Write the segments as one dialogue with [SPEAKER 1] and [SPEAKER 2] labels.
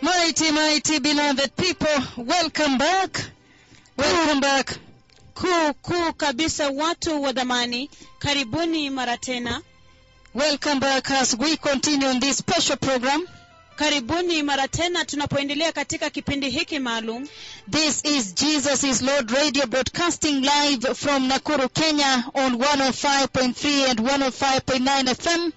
[SPEAKER 1] Mighty, mighty beloved people, welcome back. Welcome back.
[SPEAKER 2] kuu kuu kabisa watu wa dhamani karibuni mara tena
[SPEAKER 1] Welcome back as we continue on this special program.
[SPEAKER 2] karibuni mara tena tunapoendelea katika kipindi hiki maalum
[SPEAKER 1] This is Jesus is Lord Radio broadcasting live from Nakuru, Kenya on 105.3 and 105.9 FM.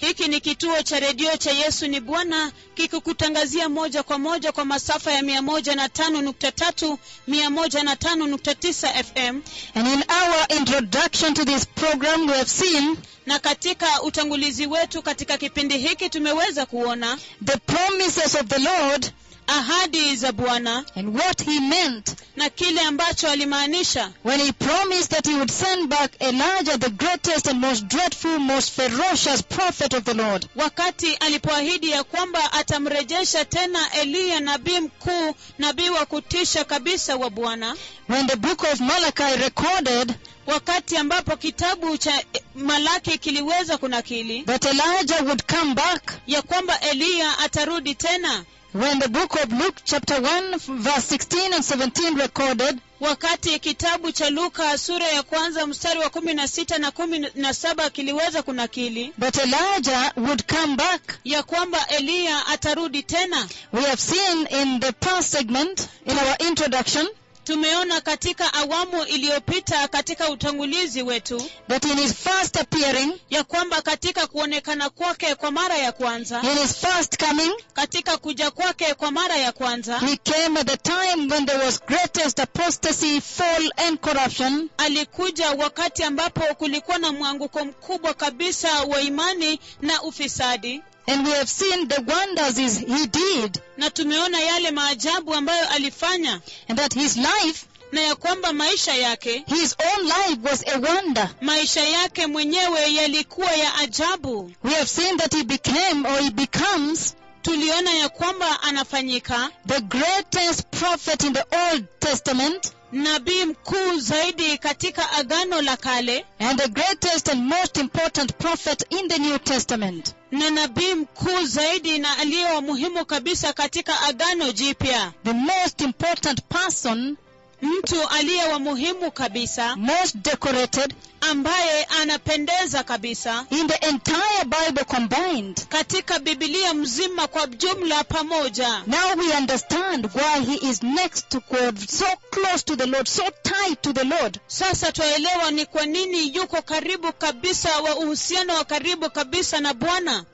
[SPEAKER 2] hiki ni kituo cha redio cha yesu ni bwana kikikutangazia moja kwa moja kwa masafa ya 105.3 105.9 fm
[SPEAKER 1] And in our introduction to this program, we have seen
[SPEAKER 2] na katika utangulizi wetu katika kipindi hiki tumeweza kuona
[SPEAKER 1] the promises of the Lord
[SPEAKER 2] ahadi za bwana
[SPEAKER 1] and what He meant
[SPEAKER 2] na kile ambacho alimaanisha
[SPEAKER 1] when He promised that He would send back Elijah, the greatest and most dreadful, most ferocious prophet of the Lord.
[SPEAKER 2] wakati alipoahidi ya kwamba atamrejesha tena eliya nabii mkuu nabii wa kutisha kabisa wa bwana
[SPEAKER 1] When the book of Malachi recorded
[SPEAKER 2] wakati ambapo kitabu cha eh, malaki kiliweza kunakili
[SPEAKER 1] that Elijah would come back,
[SPEAKER 2] ya kwamba eliya atarudi tena
[SPEAKER 1] when the book of Luke chapter 1 verse 16 and 17 recorded
[SPEAKER 2] wakati kitabu cha luka sura ya kwanza mstari wa kumi na sita na kumi na saba kiliweza kunakili
[SPEAKER 1] that Elijah would come back.
[SPEAKER 2] ya kwamba eliya atarudi tena
[SPEAKER 1] We have seen in the past segment in our introduction
[SPEAKER 2] tumeona katika awamu iliyopita katika utangulizi wetu
[SPEAKER 1] that in his first appearing,
[SPEAKER 2] ya kwamba katika kuonekana kwake kwa mara ya kwanza
[SPEAKER 1] in his first coming,
[SPEAKER 2] katika kuja kwake kwa mara ya kwanza
[SPEAKER 1] he came at the time when there was greatest apostasy, fall, and corruption.
[SPEAKER 2] alikuja wakati ambapo kulikuwa na mwanguko mkubwa kabisa wa imani na ufisadi
[SPEAKER 1] And we have seen the wonders is he did,
[SPEAKER 2] na tumeona yale maajabu ambayo alifanya
[SPEAKER 1] and that his life,
[SPEAKER 2] na ya kwamba maisha yake
[SPEAKER 1] his own life, was a wonder.
[SPEAKER 2] maisha yake mwenyewe yalikuwa ya ajabu
[SPEAKER 1] We have seen that he became or he becomes
[SPEAKER 2] tuliona ya kwamba anafanyika
[SPEAKER 1] the greatest prophet in the Old Testament
[SPEAKER 2] nabii mkuu zaidi katika agano la kale
[SPEAKER 1] and the greatest and most important prophet in the New Testament.
[SPEAKER 2] na nabii mkuu zaidi na aliye wa muhimu kabisa katika agano jipya
[SPEAKER 1] The most important person,
[SPEAKER 2] mtu aliye wa muhimu kabisa
[SPEAKER 1] most decorated
[SPEAKER 2] ambaye anapendeza kabisa
[SPEAKER 1] in the entire Bible combined.
[SPEAKER 2] katika bibilia mzima kwa jumla pamoja
[SPEAKER 1] Now we understand why he is next to God, so close to the Lord, so tied to the Lord.
[SPEAKER 2] sasa twaelewa ni kwa nini yuko karibu kabisa wa uhusiano wa karibu kabisa na bwana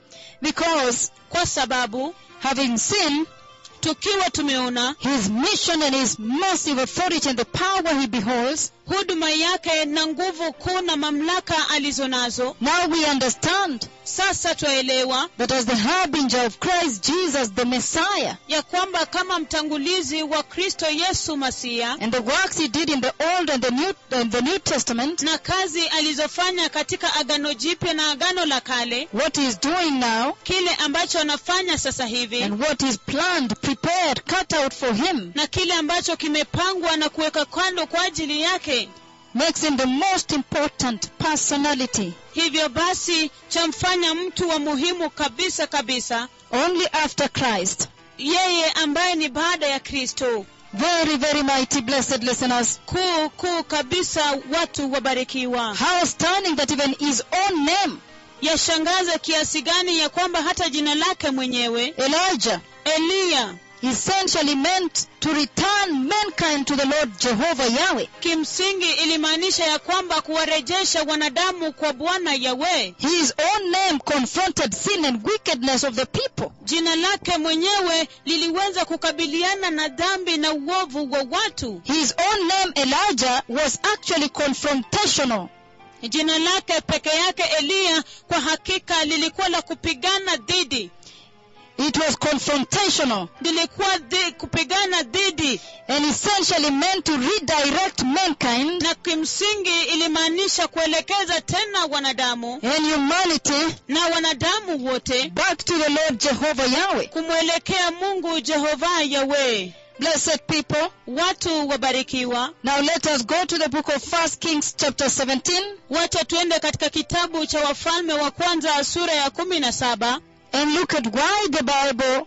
[SPEAKER 1] Because
[SPEAKER 2] kwa sababu
[SPEAKER 1] having seen
[SPEAKER 2] tukiwa tumeona
[SPEAKER 1] his mission and his massive authority and the power he beholds,
[SPEAKER 2] huduma yake na nguvu kuu na mamlaka alizo nazo
[SPEAKER 1] now we understand
[SPEAKER 2] sasa twaelewa
[SPEAKER 1] that as the harbinger of Christ Jesus the Messiah
[SPEAKER 2] ya kwamba kama mtangulizi wa kristo yesu masiya
[SPEAKER 1] and the works he did in the Old and the New, and the New Testament,
[SPEAKER 2] na kazi alizofanya katika agano jipya na agano la kale
[SPEAKER 1] what he is doing now
[SPEAKER 2] kile ambacho anafanya sasa hivi
[SPEAKER 1] and what is planned, prepared, cut out for him
[SPEAKER 2] na kile ambacho kimepangwa na kuweka kando kwa ajili yake
[SPEAKER 1] makes him the most important personality.
[SPEAKER 2] hivyo basi chamfanya mtu wa muhimu kabisa kabisa
[SPEAKER 1] Only after Christ.
[SPEAKER 2] yeye ambaye ni baada ya kristo
[SPEAKER 1] Very, very mighty, blessed listeners.
[SPEAKER 2] kuu kuu kabisa watu wabarikiwa
[SPEAKER 1] How stunning that even his own name,
[SPEAKER 2] yashangaza kiasi gani ya kwamba hata jina lake mwenyewe
[SPEAKER 1] Elijah,
[SPEAKER 2] eliya
[SPEAKER 1] essentially meant to return mankind to the Lord Jehovah Yahweh.
[SPEAKER 2] kimsingi ilimaanisha ya kwamba kuwarejesha wanadamu kwa bwana yawe
[SPEAKER 1] His own name confronted sin and wickedness of the people.
[SPEAKER 2] jina lake mwenyewe liliweza kukabiliana na dhambi na uovu wa watu
[SPEAKER 1] His own name, Elijah, was actually confrontational.
[SPEAKER 2] jina lake peke yake eliya kwa hakika lilikuwa la kupigana dhidi
[SPEAKER 1] It was confrontational
[SPEAKER 2] lilikuwa dhi, kupigana dhidi
[SPEAKER 1] and essentially meant to redirect mankind
[SPEAKER 2] na kimsingi ilimaanisha kuelekeza tena wanadamu
[SPEAKER 1] and humanity
[SPEAKER 2] na wanadamu wote
[SPEAKER 1] back to the Lord Jehovah Yahweh.
[SPEAKER 2] kumwelekea mungu jehova yawe
[SPEAKER 1] Blessed people,
[SPEAKER 2] watu wabarikiwa
[SPEAKER 1] now let us go to the book of 1 Kings chapter 17
[SPEAKER 2] wacha tuende katika kitabu cha wafalme wa kwanza sura ya kumi na saba
[SPEAKER 1] and look at why the Bible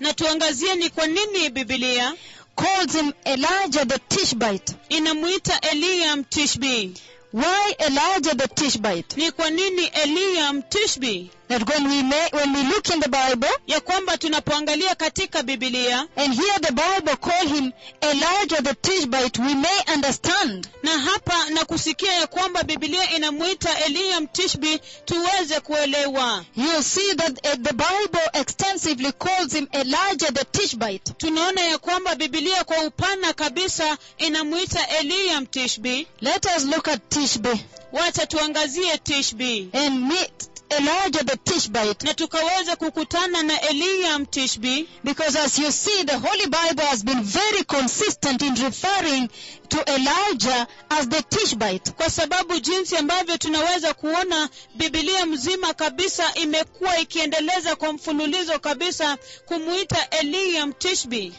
[SPEAKER 2] na tuangazie ni kwa nini bibilia
[SPEAKER 1] calls him Elijah the Tishbite.
[SPEAKER 2] inamwita eliya mtishbi
[SPEAKER 1] Why Elijah the Tishbite?
[SPEAKER 2] ni kwa nini eliya mtishbi
[SPEAKER 1] That when we may, when we look in the Bible
[SPEAKER 2] ya kwamba tunapoangalia katika bibilia
[SPEAKER 1] and hear the Bible call him Elijah the Tishbite, we may understand
[SPEAKER 2] na hapa na kusikia ya kwamba bibilia inamwita eliya mtishbi tuweze kuelewa
[SPEAKER 1] You see that uh, the Bible extensively calls him Elijah the Tishbite.
[SPEAKER 2] tunaona ya kwamba bibilia kwa upana kabisa inamwita eliya mtishbi
[SPEAKER 1] Let us look at Tishbe
[SPEAKER 2] wacha tuangazie tishbi
[SPEAKER 1] and meet Elijah the Tishbite.
[SPEAKER 2] na tukaweza kukutana na eliya mtishbi
[SPEAKER 1] Because as you see, the Holy Bible has been very consistent in referring to Elijah as the Tishbite.
[SPEAKER 2] kwa sababu jinsi ambavyo tunaweza kuona bibilia mzima kabisa imekuwa ikiendeleza kwa mfululizo kabisa kumuita eliya mtishbi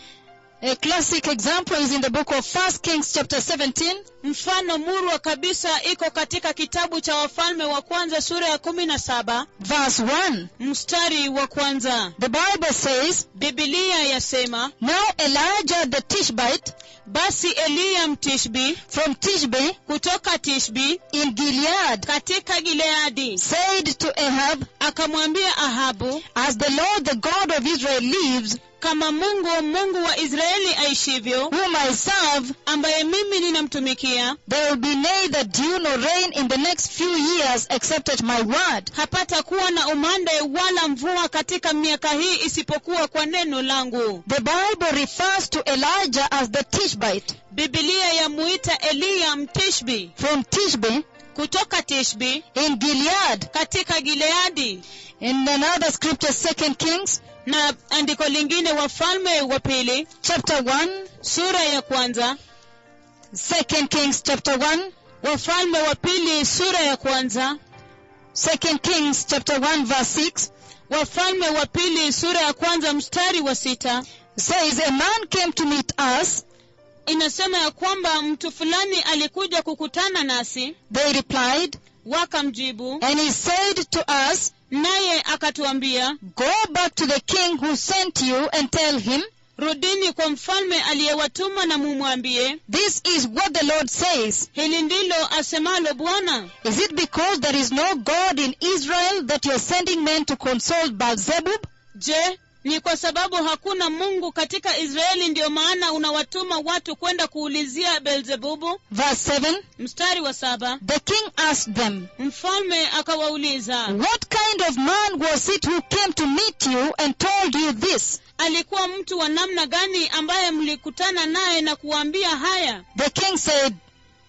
[SPEAKER 1] A classic example is in the book of 1 Kings chapter 17
[SPEAKER 2] mfano murwa kabisa iko katika kitabu cha wafalme wa kwanza sura ya kumi na saba
[SPEAKER 1] verse 1.
[SPEAKER 2] mstari wa kwanza
[SPEAKER 1] The Bible says,
[SPEAKER 2] bibilia yasema
[SPEAKER 1] Now Elijah the Tishbite
[SPEAKER 2] basi eliya mtishbi
[SPEAKER 1] from Tishbe
[SPEAKER 2] kutoka tishbi
[SPEAKER 1] in Gilead
[SPEAKER 2] katika gileadi
[SPEAKER 1] said to Ahab,
[SPEAKER 2] akamwambia ahabu
[SPEAKER 1] As the Lord the God of Israel lives,
[SPEAKER 2] kama mungu mungu wa israeli aishivyo
[SPEAKER 1] whom I serve,
[SPEAKER 2] ambaye mimi ninamtumikia
[SPEAKER 1] there will be neither dew nor rain in the next few years except at my word.
[SPEAKER 2] hapata kuwa na umande wala mvua katika miaka hii isipokuwa kwa neno langu
[SPEAKER 1] The Bible refers to Elijah as the Tishbite.
[SPEAKER 2] bibilia yamuita eliya mtishbi
[SPEAKER 1] From Tishbe
[SPEAKER 2] kutoka tishbi
[SPEAKER 1] in Gilead.
[SPEAKER 2] katika gileadi
[SPEAKER 1] In another scripture, 2 Kings
[SPEAKER 2] na andiko lingine wafalme wa pili
[SPEAKER 1] chapter 1,
[SPEAKER 2] sura ya kwanza
[SPEAKER 1] 2 Kings chapter 1,
[SPEAKER 2] wafalme wa pili sura ya kwanza
[SPEAKER 1] 2 Kings chapter 1 verse 6
[SPEAKER 2] wafalme wa pili sura ya kwanza mstari wa sita
[SPEAKER 1] says, A man came to meet us.
[SPEAKER 2] inasema ya kwamba mtu fulani alikuja kukutana nasi
[SPEAKER 1] They replied,
[SPEAKER 2] wakamjibu
[SPEAKER 1] and he said to us,
[SPEAKER 2] naye akatuambia
[SPEAKER 1] Go back to the king who sent you and tell him,
[SPEAKER 2] rudini kwa mfalme aliyewatuma na mumwambie
[SPEAKER 1] This is what the Lord says.
[SPEAKER 2] hili ndilo asemalo bwana
[SPEAKER 1] Is it because there is no God in Israel that you are sending men to console Baal-zebub?
[SPEAKER 2] je ni kwa sababu hakuna mungu katika israeli ndiyo maana unawatuma watu kwenda kuulizia belzebubu
[SPEAKER 1] Verse 7
[SPEAKER 2] mstari wa saba
[SPEAKER 1] The king asked them,
[SPEAKER 2] mfalme akawauliza
[SPEAKER 1] What kind of man was it who came to meet you and told you this?
[SPEAKER 2] alikuwa mtu wa namna gani ambaye mlikutana naye na kuwaambia haya
[SPEAKER 1] The king said,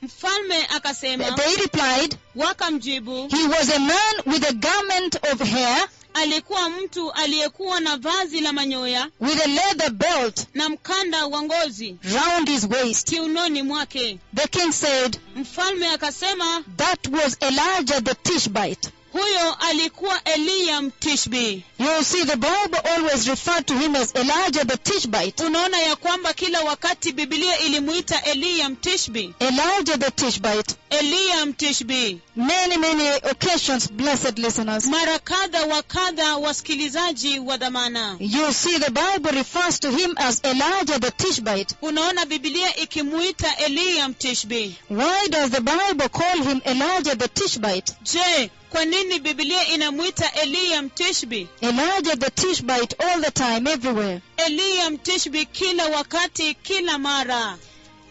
[SPEAKER 2] mfalme akasema
[SPEAKER 1] They replied,
[SPEAKER 2] wakamjibu
[SPEAKER 1] He was a man with a garment of hair,
[SPEAKER 2] alikuwa mtu aliyekuwa na vazi la manyoya
[SPEAKER 1] with a leather belt
[SPEAKER 2] na mkanda wa ngozi
[SPEAKER 1] round his waist.
[SPEAKER 2] kiunoni mwake
[SPEAKER 1] The king said,
[SPEAKER 2] mfalme akasema
[SPEAKER 1] That was Elijah the Tishbite.
[SPEAKER 2] huyo alikuwa eliya mtishbi
[SPEAKER 1] You see, the Bible always referred to him as Elijah the Tishbite.
[SPEAKER 2] unaona ya kwamba kila wakati bibilia ilimuita eliya mtishbi
[SPEAKER 1] Elijah the Tishbite.
[SPEAKER 2] eliya mtishbi
[SPEAKER 1] Many, many occasions, blessed listeners.
[SPEAKER 2] mara kadha wa kadha wasikilizaji wa dhamana
[SPEAKER 1] You see, the Bible refers to him as Elijah the Tishbite.
[SPEAKER 2] unaona bibilia ikimuita eliya mtishbi
[SPEAKER 1] Why does the Bible call him Elijah the Tishbite?
[SPEAKER 2] je kwa nini bibilia inamuita eliya mtishbi
[SPEAKER 1] Elijah the Tishbite all the time, everywhere.
[SPEAKER 2] eliya mtishbi kila wakati kila mara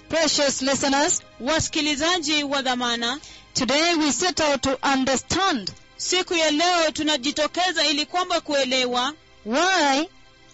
[SPEAKER 1] Precious listeners,
[SPEAKER 2] wasikilizaji wa dhamana
[SPEAKER 1] today we set out to understand
[SPEAKER 2] siku ya leo tunajitokeza ili kwamba kuelewa
[SPEAKER 1] why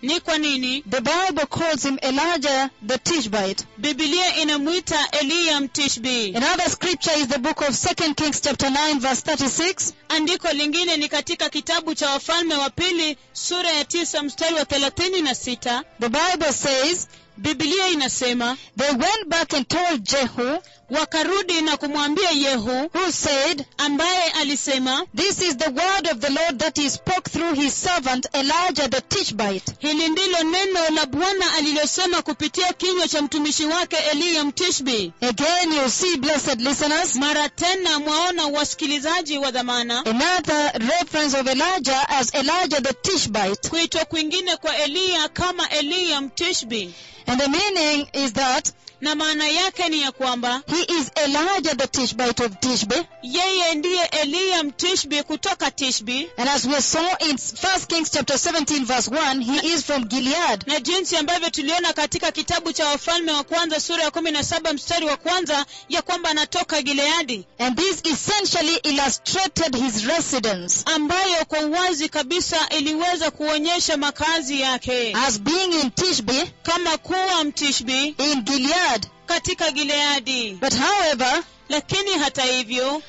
[SPEAKER 2] ni kwa nini
[SPEAKER 1] the Bible calls him Elijah the Tishbite.
[SPEAKER 2] bibilia inamwita eliya mtishbi
[SPEAKER 1] Another scripture is the book of 2 Kings chapter 9 verse 36.
[SPEAKER 2] andiko lingine ni katika kitabu cha wafalme wa pili sura ya tisa mstari wa thelathini na sita
[SPEAKER 1] The Bible says,
[SPEAKER 2] bibilia inasema
[SPEAKER 1] They went back and told Jehu,
[SPEAKER 2] wakarudi na kumwambia yehu
[SPEAKER 1] who said,
[SPEAKER 2] ambaye alisema
[SPEAKER 1] This is the word of the Lord that he spoke through his servant Elijah the Tishbite.
[SPEAKER 2] hili ndilo neno la bwana alilosema kupitia kinywa cha mtumishi wake eliya mtishbi
[SPEAKER 1] Again, you see, blessed listeners,
[SPEAKER 2] mara tena mwaona wasikilizaji wa dhamana
[SPEAKER 1] another reference of Elijah as Elijah the Tishbite.
[SPEAKER 2] kuitwa kwingine kwa eliya kama eliya mtishbi
[SPEAKER 1] And the meaning is that
[SPEAKER 2] na maana yake ni ya kwamba
[SPEAKER 1] he is Elijah the Tishbite of Tishbe.
[SPEAKER 2] yeye ndiye eliya mtishbi kutoka tishbi
[SPEAKER 1] And as we saw in 1 Kings chapter 17 verse 1, he is from Gilead.
[SPEAKER 2] na jinsi ambavyo tuliona katika kitabu cha wafalme wa kwanza sura ya kumi na saba mstari wa kwanza ya kwamba anatoka gileadi
[SPEAKER 1] And this essentially illustrated his residence
[SPEAKER 2] ambayo kwa uwazi kabisa iliweza kuonyesha makazi yake
[SPEAKER 1] as being in Tishbe
[SPEAKER 2] kama kuwa mtishbi
[SPEAKER 1] in Gilead.
[SPEAKER 2] katika gileadi
[SPEAKER 1] But however,
[SPEAKER 2] lakini hata hivyo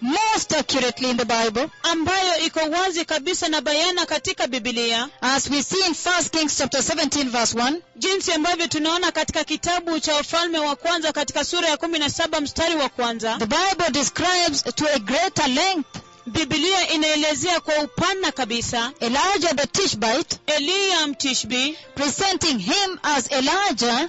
[SPEAKER 1] most accurately in the Bible,
[SPEAKER 2] ambayo iko wazi kabisa na bayana katika bibilia
[SPEAKER 1] as we see in 1 Kings chapter 17 verse 1,
[SPEAKER 2] jinsi ambavyo tunaona katika kitabu cha wafalme wa kwanza katika sura ya kumi na saba mstari wa kwanza
[SPEAKER 1] the Bible describes to a greater length
[SPEAKER 2] bibilia inaelezea kwa upana kabisa
[SPEAKER 1] Elijah the Tishbite,
[SPEAKER 2] eliya mtishbi
[SPEAKER 1] presenting him as Elijah,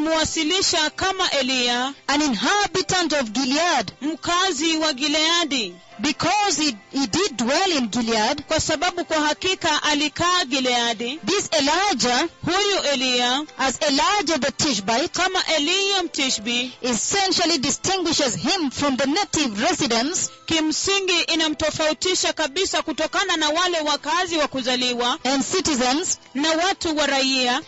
[SPEAKER 2] ikimuwasilisha kama eliya
[SPEAKER 1] an inhabitant of Gilead,
[SPEAKER 2] mkazi wa gileadi
[SPEAKER 1] because he, he did dwell in Gilead.
[SPEAKER 2] kwa sababu kwa hakika alikaa gileadi
[SPEAKER 1] This Elijah,
[SPEAKER 2] huyu eliya
[SPEAKER 1] as Elijah the Tishbite,
[SPEAKER 2] kama eliya mtishbi
[SPEAKER 1] essentially distinguishes him from the native residents
[SPEAKER 2] kimsingi inamtofautisha kabisa kutokana na wale wakazi wa kuzaliwa
[SPEAKER 1] and citizens
[SPEAKER 2] na watu wa raia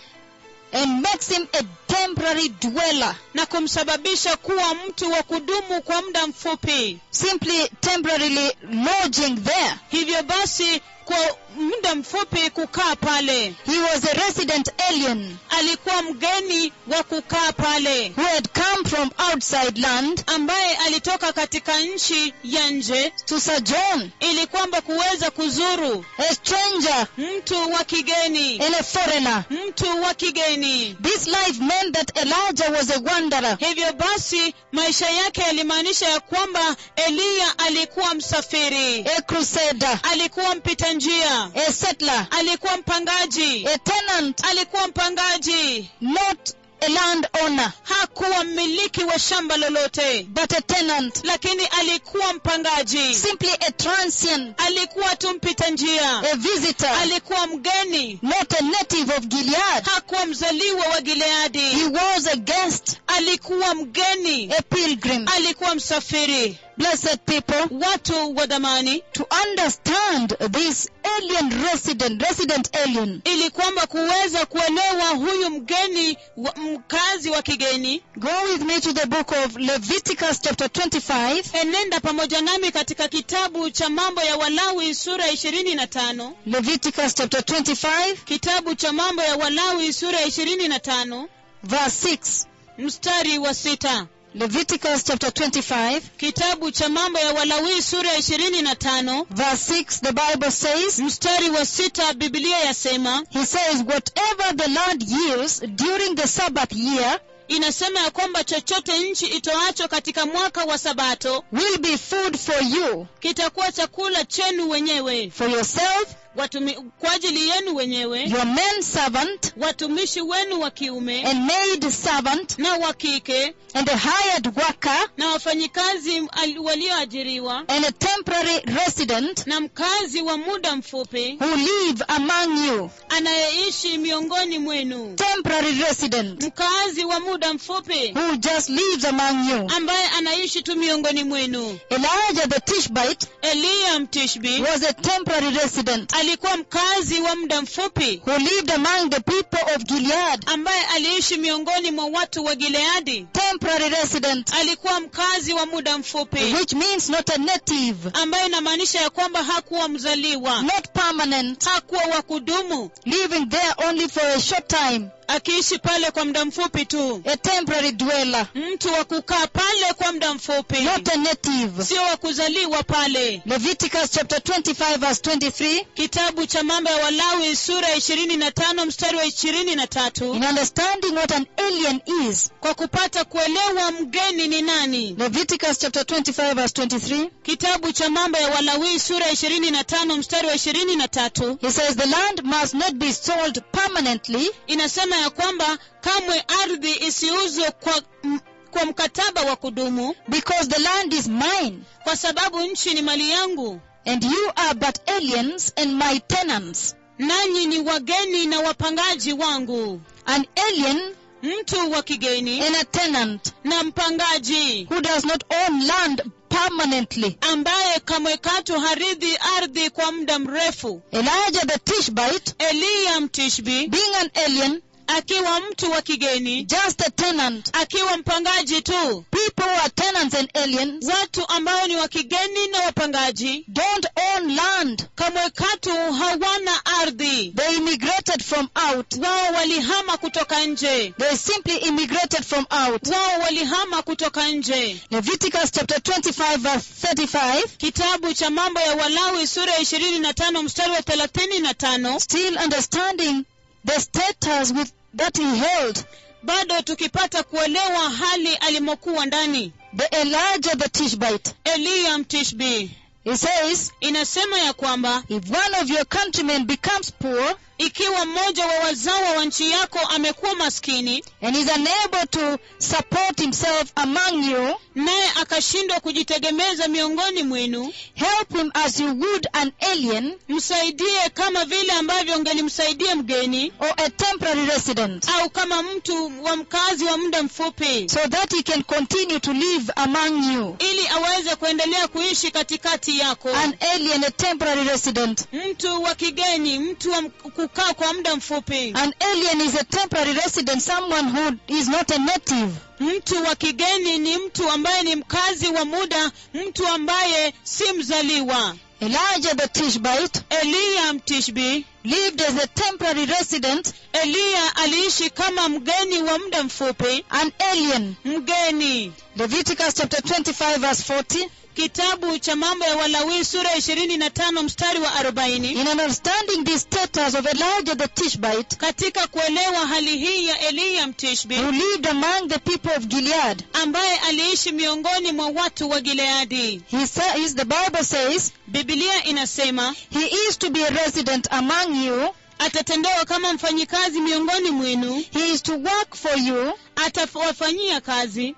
[SPEAKER 1] and makes him a temporary dweller,
[SPEAKER 2] na kumsababisha kuwa mtu wa kudumu kwa muda mfupi
[SPEAKER 1] simply temporarily lodging there.
[SPEAKER 2] hivyo basi kwa muda mfupi kukaa pale
[SPEAKER 1] He was a resident alien
[SPEAKER 2] alikuwa mgeni wa kukaa pale
[SPEAKER 1] who had come from outside land
[SPEAKER 2] ambaye alitoka katika nchi ya nje
[SPEAKER 1] to sojourn,
[SPEAKER 2] ili kwamba kuweza kuzuru
[SPEAKER 1] a stranger
[SPEAKER 2] mtu wa kigeni
[SPEAKER 1] and a foreigner.
[SPEAKER 2] mtu wa kigeni
[SPEAKER 1] This life meant that Elijah was a wanderer.
[SPEAKER 2] hivyo basi maisha yake yalimaanisha ya kwamba eliya alikuwa msafiri
[SPEAKER 1] a crusader,
[SPEAKER 2] alikuwa mpita njia
[SPEAKER 1] a settler,
[SPEAKER 2] alikuwa mpangaji
[SPEAKER 1] a tenant,
[SPEAKER 2] alikuwa mpangaji
[SPEAKER 1] not a landowner,
[SPEAKER 2] hakuwa mmiliki wa shamba lolote
[SPEAKER 1] but a tenant,
[SPEAKER 2] lakini alikuwa mpangaji
[SPEAKER 1] simply a transient,
[SPEAKER 2] alikuwa tu mpita njia
[SPEAKER 1] a visitor,
[SPEAKER 2] alikuwa mgeni
[SPEAKER 1] not a native of Gilead.
[SPEAKER 2] hakuwa mzaliwa wa
[SPEAKER 1] He
[SPEAKER 2] gileadi
[SPEAKER 1] was a guest,
[SPEAKER 2] alikuwa mgeni
[SPEAKER 1] a pilgrim.
[SPEAKER 2] alikuwa msafiri
[SPEAKER 1] Blessed people,
[SPEAKER 2] watu wa dhamani
[SPEAKER 1] to understand this alien resident, resident alien,
[SPEAKER 2] ili kwamba kuweza kuelewa huyu mgeni wa, mkazi wa kigeni
[SPEAKER 1] go with me to the book of Leviticus chapter 25.
[SPEAKER 2] enenda pamoja nami katika kitabu cha mambo ya walawi sura ishirini na tano
[SPEAKER 1] Leviticus chapter 25,
[SPEAKER 2] kitabu cha mambo ya walawi sura ishirini na tano
[SPEAKER 1] verse 6.
[SPEAKER 2] mstari wa sita
[SPEAKER 1] Leviticus chapter 25,
[SPEAKER 2] kitabu cha mambo ya walawi sura ishirini na tano
[SPEAKER 1] verse 6, the Bible says,
[SPEAKER 2] mstari wa sita bibilia yasema
[SPEAKER 1] He says, Whatever the land yields during the Sabbath year
[SPEAKER 2] inasema ya kwamba chochote nchi itoacho katika mwaka wa sabato
[SPEAKER 1] will be food for you,
[SPEAKER 2] kitakuwa chakula chenu wenyewe
[SPEAKER 1] for yourself,
[SPEAKER 2] watumi, kwa ajili yenu wenyewe
[SPEAKER 1] your men servant,
[SPEAKER 2] watumishi wenu wa kiume
[SPEAKER 1] and maid servant,
[SPEAKER 2] na wa kike
[SPEAKER 1] and a hired worker,
[SPEAKER 2] na wafanyikazi al- walioajiriwa
[SPEAKER 1] and a temporary resident
[SPEAKER 2] na mkazi wa muda mfupi
[SPEAKER 1] who live among you.
[SPEAKER 2] anayeishi miongoni mwenu
[SPEAKER 1] Temporary resident
[SPEAKER 2] mkazi wa muda mfupi
[SPEAKER 1] who just lives among you.
[SPEAKER 2] ambaye anaishi tu miongoni mwenu
[SPEAKER 1] Elijah the Tishbite
[SPEAKER 2] eliya mtishbi
[SPEAKER 1] was a temporary resident
[SPEAKER 2] alikuwa mkazi wa muda mfupi
[SPEAKER 1] who lived among the people of Gilead.
[SPEAKER 2] ambaye aliishi miongoni mwa watu wa gileadi
[SPEAKER 1] Temporary resident,
[SPEAKER 2] alikuwa mkazi wa muda mfupi
[SPEAKER 1] which means not a native,
[SPEAKER 2] ambayo inamaanisha ya kwamba hakuwa mzaliwa
[SPEAKER 1] not permanent.
[SPEAKER 2] hakuwa wa kudumu
[SPEAKER 1] living there only for a short time.
[SPEAKER 2] akiishi pale kwa muda mfupi tu
[SPEAKER 1] a temporary dweller,
[SPEAKER 2] mtu wa kukaa pale kwa muda mfupi
[SPEAKER 1] not a native.
[SPEAKER 2] sio wa kuzaliwa pale
[SPEAKER 1] Leviticus chapter 25, verse 23.
[SPEAKER 2] kitabu cha mambo ya walawi sura ya ishirini na tano mstari wa ishirini na tatu
[SPEAKER 1] In understanding what an alien is,
[SPEAKER 2] kwa kupata kuelewa mgeni ni nani
[SPEAKER 1] Leviticus chapter 25, verse 23,
[SPEAKER 2] kitabu cha mambo ya walawi sura ya ishirini na tano mstari wa ishirini na tatu
[SPEAKER 1] he says, The land must not be sold permanently,
[SPEAKER 2] inasema ya kwamba kamwe ardhi isiuzwe kwa, m, kwa mkataba wa kudumu
[SPEAKER 1] because the land is mine,
[SPEAKER 2] kwa sababu nchi ni mali yangu
[SPEAKER 1] and you are but aliens and my tenants.
[SPEAKER 2] nanyi ni wageni na wapangaji wangu
[SPEAKER 1] An alien
[SPEAKER 2] mtu wa kigeni
[SPEAKER 1] and a tenant
[SPEAKER 2] na mpangaji
[SPEAKER 1] who does not own land permanently.
[SPEAKER 2] ambaye kamwekatu haridhi ardhi kwa muda mrefu
[SPEAKER 1] Elijah the Tishbite,
[SPEAKER 2] eliya mtishbi
[SPEAKER 1] being an alien,
[SPEAKER 2] akiwa mtu wa kigeni
[SPEAKER 1] just a tenant.
[SPEAKER 2] akiwa mpangaji tu
[SPEAKER 1] People who are tenants and aliens
[SPEAKER 2] watu ambao ni wa kigeni na wapangaji
[SPEAKER 1] don't own land.
[SPEAKER 2] kamwekatu hawana ardhi
[SPEAKER 1] They immigrated from out.
[SPEAKER 2] wao walihama kutoka nje
[SPEAKER 1] They simply immigrated from out.
[SPEAKER 2] wao walihama kutoka nje
[SPEAKER 1] Leviticus chapter 25 verse 35,
[SPEAKER 2] kitabu cha mambo ya walawi sura ya ishirini na tano mstari wa thelathini na tano
[SPEAKER 1] still understanding the status with, that he held,
[SPEAKER 2] bado tukipata kuelewa hali alimokuwa ndani
[SPEAKER 1] the Elijah the Tishbite.
[SPEAKER 2] eliya mtishbi
[SPEAKER 1] He says,
[SPEAKER 2] inasema ya kwamba
[SPEAKER 1] if one of your countrymen becomes poor
[SPEAKER 2] ikiwa mmoja wa wazawa wa nchi yako amekuwa maskini
[SPEAKER 1] and is unable to support himself among you,
[SPEAKER 2] naye akashindwa kujitegemeza miongoni mwenu
[SPEAKER 1] help him as you would an alien
[SPEAKER 2] msaidie kama vile ambavyo ungelimsaidia mgeni
[SPEAKER 1] or a temporary resident,
[SPEAKER 2] au kama mtu wa mkazi wa muda mfupi
[SPEAKER 1] so that he can continue to live among you.
[SPEAKER 2] ili aweze kuendelea kuishi katikati yako
[SPEAKER 1] An alien, a temporary resident.
[SPEAKER 2] mtu wa kigeni mtu wa m- kukaa kwa muda mfupi
[SPEAKER 1] An alien is a temporary resident, someone who is not a native.
[SPEAKER 2] mtu wa kigeni ni mtu ambaye ni mkazi wa muda mtu ambaye si mzaliwa
[SPEAKER 1] Elijah the Tishbite
[SPEAKER 2] eliya mtishbi
[SPEAKER 1] lived as a temporary resident,
[SPEAKER 2] eliya aliishi kama mgeni wa muda mfupi
[SPEAKER 1] an alien.
[SPEAKER 2] mgeni
[SPEAKER 1] Leviticus chapter 25, verse 40.
[SPEAKER 2] kitabu cha mambo ya walawi sura ya ishirini na tano mstari wa arobaini
[SPEAKER 1] In understanding the status of Elijah the Tishbite,
[SPEAKER 2] katika kuelewa hali hii ya eliya mtishbi
[SPEAKER 1] who lived among the people of Gilead,
[SPEAKER 2] ambaye aliishi miongoni mwa watu wa gileadi
[SPEAKER 1] he says, the Bible says,
[SPEAKER 2] bibilia inasema
[SPEAKER 1] he is to be a resident among you,
[SPEAKER 2] atatendewa kama mfanyikazi miongoni mwenu
[SPEAKER 1] he is to work for you.
[SPEAKER 2] atawafanyia kazi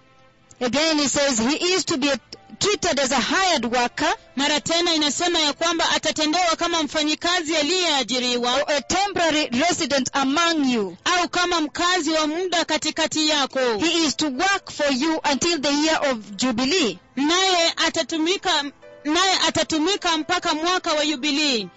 [SPEAKER 1] Again, he says, he is to be treated as a hired worker
[SPEAKER 2] mara tena inasema ya kwamba atatendewa kama mfanyikazi
[SPEAKER 1] or
[SPEAKER 2] aliyeajiriwa
[SPEAKER 1] a temporary resident among you.
[SPEAKER 2] au kama mkazi wa muda katikati yako
[SPEAKER 1] He is to work for you until the year of Jubilee.
[SPEAKER 2] naye atatumika naye atatumika mpaka mwaka wa yubilii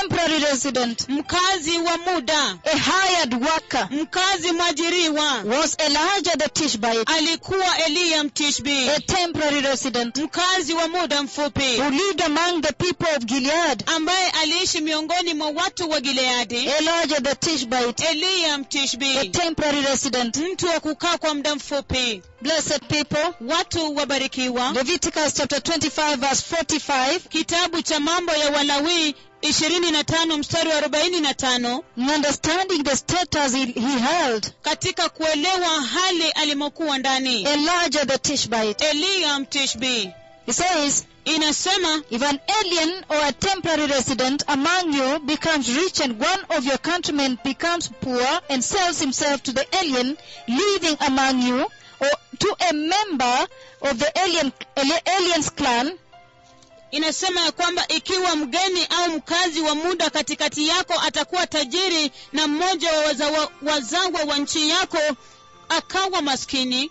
[SPEAKER 1] Temporary resident,
[SPEAKER 2] mkazi wa muda
[SPEAKER 1] a hired worker,
[SPEAKER 2] mkazi mwajiriwa
[SPEAKER 1] was Elijah the Tishbite,
[SPEAKER 2] alikuwa eliya mtishbi
[SPEAKER 1] a temporary resident
[SPEAKER 2] mkazi wa muda mfupi
[SPEAKER 1] who lived among the people of Gilead.
[SPEAKER 2] ambaye aliishi miongoni mwa watu wa gileadi
[SPEAKER 1] Elijah the Tishbite,
[SPEAKER 2] eliya
[SPEAKER 1] a
[SPEAKER 2] mtishbi
[SPEAKER 1] temporary resident.
[SPEAKER 2] mtu wa kukaa kwa muda mfupi
[SPEAKER 1] Blessed people,
[SPEAKER 2] watu wabarikiwa
[SPEAKER 1] Leviticus chapter 25, verse 45.
[SPEAKER 2] kitabu cha mambo ya walawii ishirini na tano mstari wa arobaini na tano
[SPEAKER 1] In understanding the status he, he held,
[SPEAKER 2] katika kuelewa hali alimokuwa ndani
[SPEAKER 1] Elijah the Tishbite,
[SPEAKER 2] eliya mtishbi
[SPEAKER 1] he says,
[SPEAKER 2] inasema
[SPEAKER 1] If an alien or a temporary resident among you becomes rich and one of your countrymen becomes poor and sells himself to the alien living among you or to a member of the alien, ali- alien's clan,
[SPEAKER 2] inasema ya kwamba ikiwa mgeni au mkazi wa muda katikati yako atakuwa tajiri na mmoja wa wazawa, wazawa wa nchi yako akawa maskini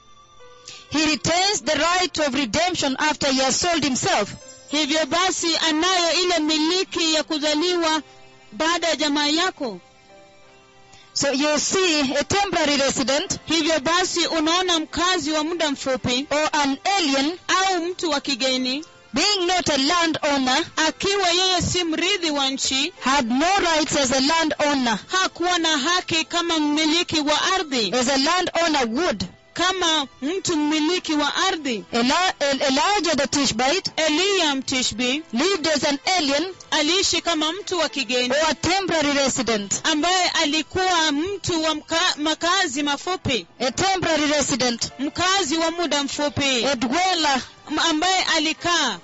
[SPEAKER 1] he retains the right of redemption after he has sold himself.
[SPEAKER 2] hivyo basi anayo ile miliki ya kuzaliwa baada ya jamaa yako
[SPEAKER 1] So you see, a temporary resident
[SPEAKER 2] hivyo basi unaona mkazi wa muda mfupi
[SPEAKER 1] or an alien
[SPEAKER 2] au mtu wa kigeni
[SPEAKER 1] being not a landowner,
[SPEAKER 2] akiwa yeye si mrithi wa nchi
[SPEAKER 1] had no rights as a landowner,
[SPEAKER 2] hakuwa na haki kama mmiliki wa ardhi
[SPEAKER 1] as a landowner would.
[SPEAKER 2] kama mtu mmiliki wa ardhi
[SPEAKER 1] Eli- El- Elijah the Tishbite
[SPEAKER 2] eliya mtishbi
[SPEAKER 1] lived as an alien
[SPEAKER 2] aliishi kama mtu wa kigeni
[SPEAKER 1] or a temporary resident.
[SPEAKER 2] ambaye alikuwa mtu wa mka, makazi mafupi
[SPEAKER 1] A temporary resident,
[SPEAKER 2] mkazi wa muda mfupi
[SPEAKER 1] a dweller,
[SPEAKER 2] m- ambaye alikaa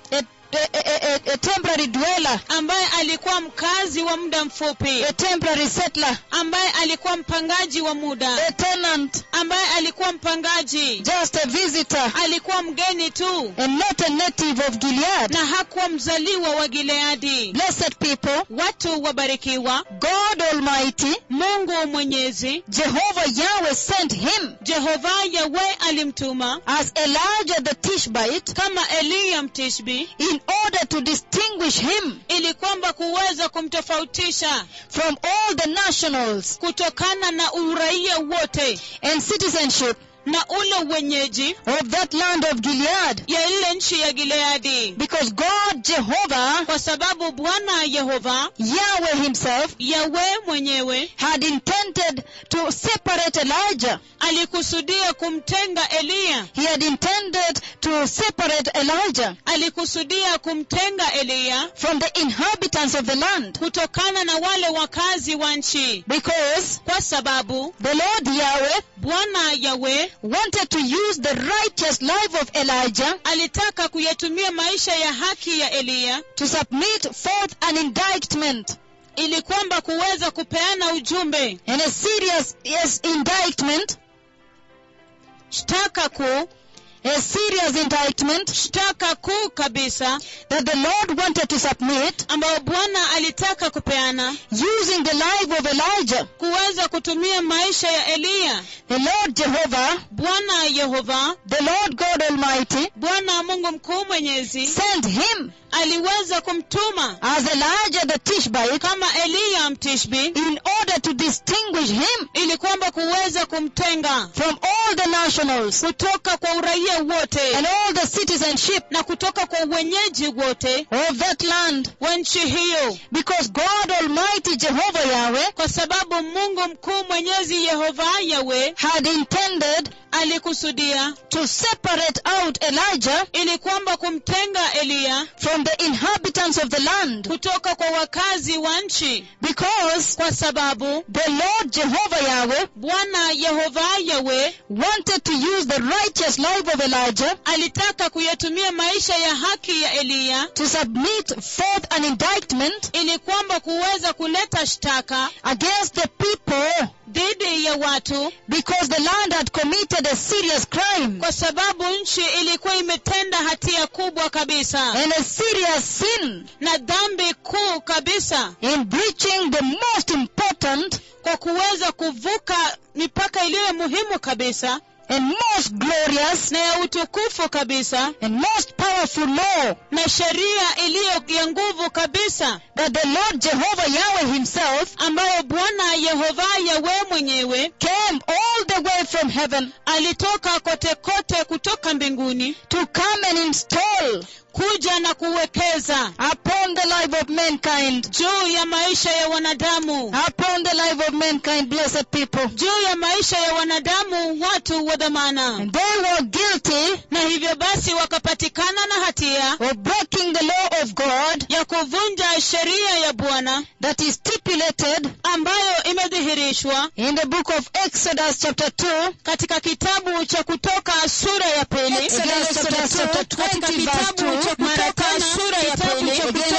[SPEAKER 1] a, a- a- a- a temporary dweller,
[SPEAKER 2] ambaye alikuwa mkazi wa muda mfupi
[SPEAKER 1] a temporary settler,
[SPEAKER 2] ambaye alikuwa mpangaji wa muda
[SPEAKER 1] a tenant,
[SPEAKER 2] ambaye alikuwa mpangaji
[SPEAKER 1] just a visitor,
[SPEAKER 2] alikuwa mgeni tu
[SPEAKER 1] and not a native of Gilead.
[SPEAKER 2] na hakuwa mzaliwa wa gileadi
[SPEAKER 1] Blessed people,
[SPEAKER 2] watu wabarikiwa
[SPEAKER 1] God Almighty,
[SPEAKER 2] mungu mwenyezi
[SPEAKER 1] Jehovah Yahweh sent him
[SPEAKER 2] jehova yawe alimtuma
[SPEAKER 1] as Elijah the Tishbite
[SPEAKER 2] kama eliya mtishbi
[SPEAKER 1] in order to distinguish him
[SPEAKER 2] ili kwamba kuweza kumtofautisha
[SPEAKER 1] from all the nationals
[SPEAKER 2] kutokana na uraia wote
[SPEAKER 1] and citizenship
[SPEAKER 2] na ule wenyeji
[SPEAKER 1] of that land of Gilead.
[SPEAKER 2] ya ile nchi ya gileadi
[SPEAKER 1] Because God, Jehovah,
[SPEAKER 2] kwa sababu bwana yehova
[SPEAKER 1] Yahweh Himself,
[SPEAKER 2] yawe mwenyewe
[SPEAKER 1] had intended to separate Elijah.
[SPEAKER 2] alikusudia kumtenga eliya
[SPEAKER 1] He had intended to separate Elijah
[SPEAKER 2] alikusudia kumtenga eliya
[SPEAKER 1] from the inhabitants of the land.
[SPEAKER 2] kutokana na wale wakazi wa nchi
[SPEAKER 1] Because
[SPEAKER 2] kwa sababu
[SPEAKER 1] the Lord Yahweh
[SPEAKER 2] bwana yawe
[SPEAKER 1] wanted to use the righteous life of Elijah
[SPEAKER 2] alitaka kuyatumia maisha ya haki ya eliya
[SPEAKER 1] to submit forth an indictment
[SPEAKER 2] ili kwamba kuweza kupeana ujumbe
[SPEAKER 1] and a serious yes, indictment,
[SPEAKER 2] shtaka kuu
[SPEAKER 1] a serious indictment
[SPEAKER 2] shtaka kuu kabisa
[SPEAKER 1] that the Lord wanted to submit
[SPEAKER 2] ambayo bwana alitaka kupeana
[SPEAKER 1] using the life of Elijah.
[SPEAKER 2] kuweza kutumia maisha ya eliya
[SPEAKER 1] The Lord Jehovah,
[SPEAKER 2] bwana yehova
[SPEAKER 1] the Lord God Almighty,
[SPEAKER 2] bwana mungu mkuu mwenyezi
[SPEAKER 1] sent him
[SPEAKER 2] aliweza kumtuma
[SPEAKER 1] as Elijah the Tishbite
[SPEAKER 2] kama eliya mtishbi
[SPEAKER 1] in order to distinguish him
[SPEAKER 2] ili kwamba kuweza kumtenga
[SPEAKER 1] from all the nationals
[SPEAKER 2] kutoka kwa uraia
[SPEAKER 1] and
[SPEAKER 2] wote
[SPEAKER 1] all the citizenship
[SPEAKER 2] na kutoka kwa wenyeji wote
[SPEAKER 1] of that land.
[SPEAKER 2] wa nchi hiyo
[SPEAKER 1] Because God Almighty Jehovah Yahweh
[SPEAKER 2] kwa sababu mungu mkuu mwenyezi yehova yawe
[SPEAKER 1] had intended
[SPEAKER 2] alikusudia
[SPEAKER 1] to separate out Elijah
[SPEAKER 2] ili kwamba kumtenga eliya
[SPEAKER 1] from the inhabitants of the land
[SPEAKER 2] kutoka kwa wakazi wa nchi
[SPEAKER 1] because
[SPEAKER 2] kwa sababu
[SPEAKER 1] the Lord Jehovah Yahweh
[SPEAKER 2] bwana yehova yawe
[SPEAKER 1] wanted to use the righteous life of Elijah
[SPEAKER 2] alitaka kuyatumia maisha ya haki ya eliya
[SPEAKER 1] to submit forth an indictment
[SPEAKER 2] ili kwamba kuweza kuleta shtaka
[SPEAKER 1] against the people
[SPEAKER 2] dhidi ya watu
[SPEAKER 1] because the land had committed a serious crime
[SPEAKER 2] kwa sababu nchi ilikuwa imetenda hatia kubwa kabisa
[SPEAKER 1] and a serious sin
[SPEAKER 2] na dhambi kuu kabisa
[SPEAKER 1] in breaching the most important
[SPEAKER 2] kwa kuweza kuvuka mipaka iliyo muhimu kabisa
[SPEAKER 1] and most glorious
[SPEAKER 2] na ya utukufu kabisa
[SPEAKER 1] and most powerful law
[SPEAKER 2] na sheria iliyo ya nguvu kabisa
[SPEAKER 1] that the Lord Jehovah Yahweh himself
[SPEAKER 2] ambayo bwana yehova yawe mwenyewe
[SPEAKER 1] came all the way from heaven
[SPEAKER 2] alitoka kotekote kutoka mbinguni
[SPEAKER 1] to come and install
[SPEAKER 2] kuja na kuwekeza
[SPEAKER 1] upon the life of mankind,
[SPEAKER 2] juu ya maisha ya wanadamu
[SPEAKER 1] upon the life of mankind, blessed people.
[SPEAKER 2] juu ya maisha ya wanadamu watu wa dhamana
[SPEAKER 1] And they were guilty
[SPEAKER 2] na hivyo basi wakapatikana na hatia
[SPEAKER 1] of breaking the law of God
[SPEAKER 2] ya kuvunja sheria ya bwana
[SPEAKER 1] that is stipulated
[SPEAKER 2] ambayo imedhihirishwa
[SPEAKER 1] in the book of Exodus chapter 2,
[SPEAKER 2] katika kitabu cha kutoka sura ya pili
[SPEAKER 1] Again, Exodus chapter 20 verse 2. Mara tena, kitabu cha Kutoka sura ya 20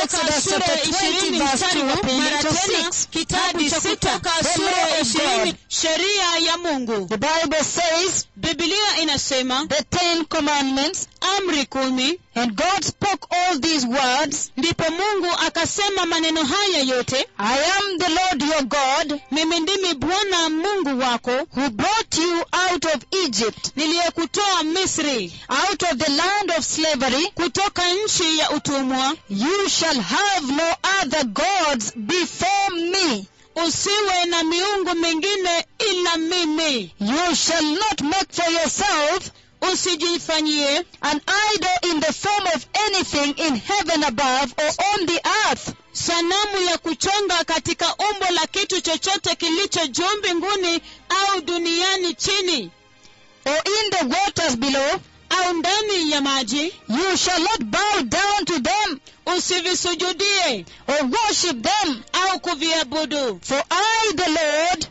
[SPEAKER 1] mstari wa pili to six. Hadi sita. The law of God.
[SPEAKER 2] sheria ya mungu
[SPEAKER 1] The Bible says
[SPEAKER 2] bibilia inasema
[SPEAKER 1] the Ten Commandments,
[SPEAKER 2] amri kumi
[SPEAKER 1] and God spoke all these words.
[SPEAKER 2] ndipo mungu akasema maneno haya yote
[SPEAKER 1] I am the Lord your God
[SPEAKER 2] mimi ndimi bwana mungu wako
[SPEAKER 1] who brought you out of Egypt,
[SPEAKER 2] niliyekutoa misri
[SPEAKER 1] out of the land of slavery.
[SPEAKER 2] kutoka nchi ya utumwa
[SPEAKER 1] You shall have no other gods before me.
[SPEAKER 2] usiwe na miungu mingine ila mimi
[SPEAKER 1] You shall not make for yourself
[SPEAKER 2] usijifanyie
[SPEAKER 1] an idol in the form of anything in heaven above or on the earth.
[SPEAKER 2] sanamu ya kuchonga katika umbo la kitu chochote kilicho juu mbinguni au duniani chini
[SPEAKER 1] or in the waters below,
[SPEAKER 2] au ndani ya maji
[SPEAKER 1] you shall not bow down to them
[SPEAKER 2] usivisujudie
[SPEAKER 1] or worship them.
[SPEAKER 2] au kuviabudu
[SPEAKER 1] For I, the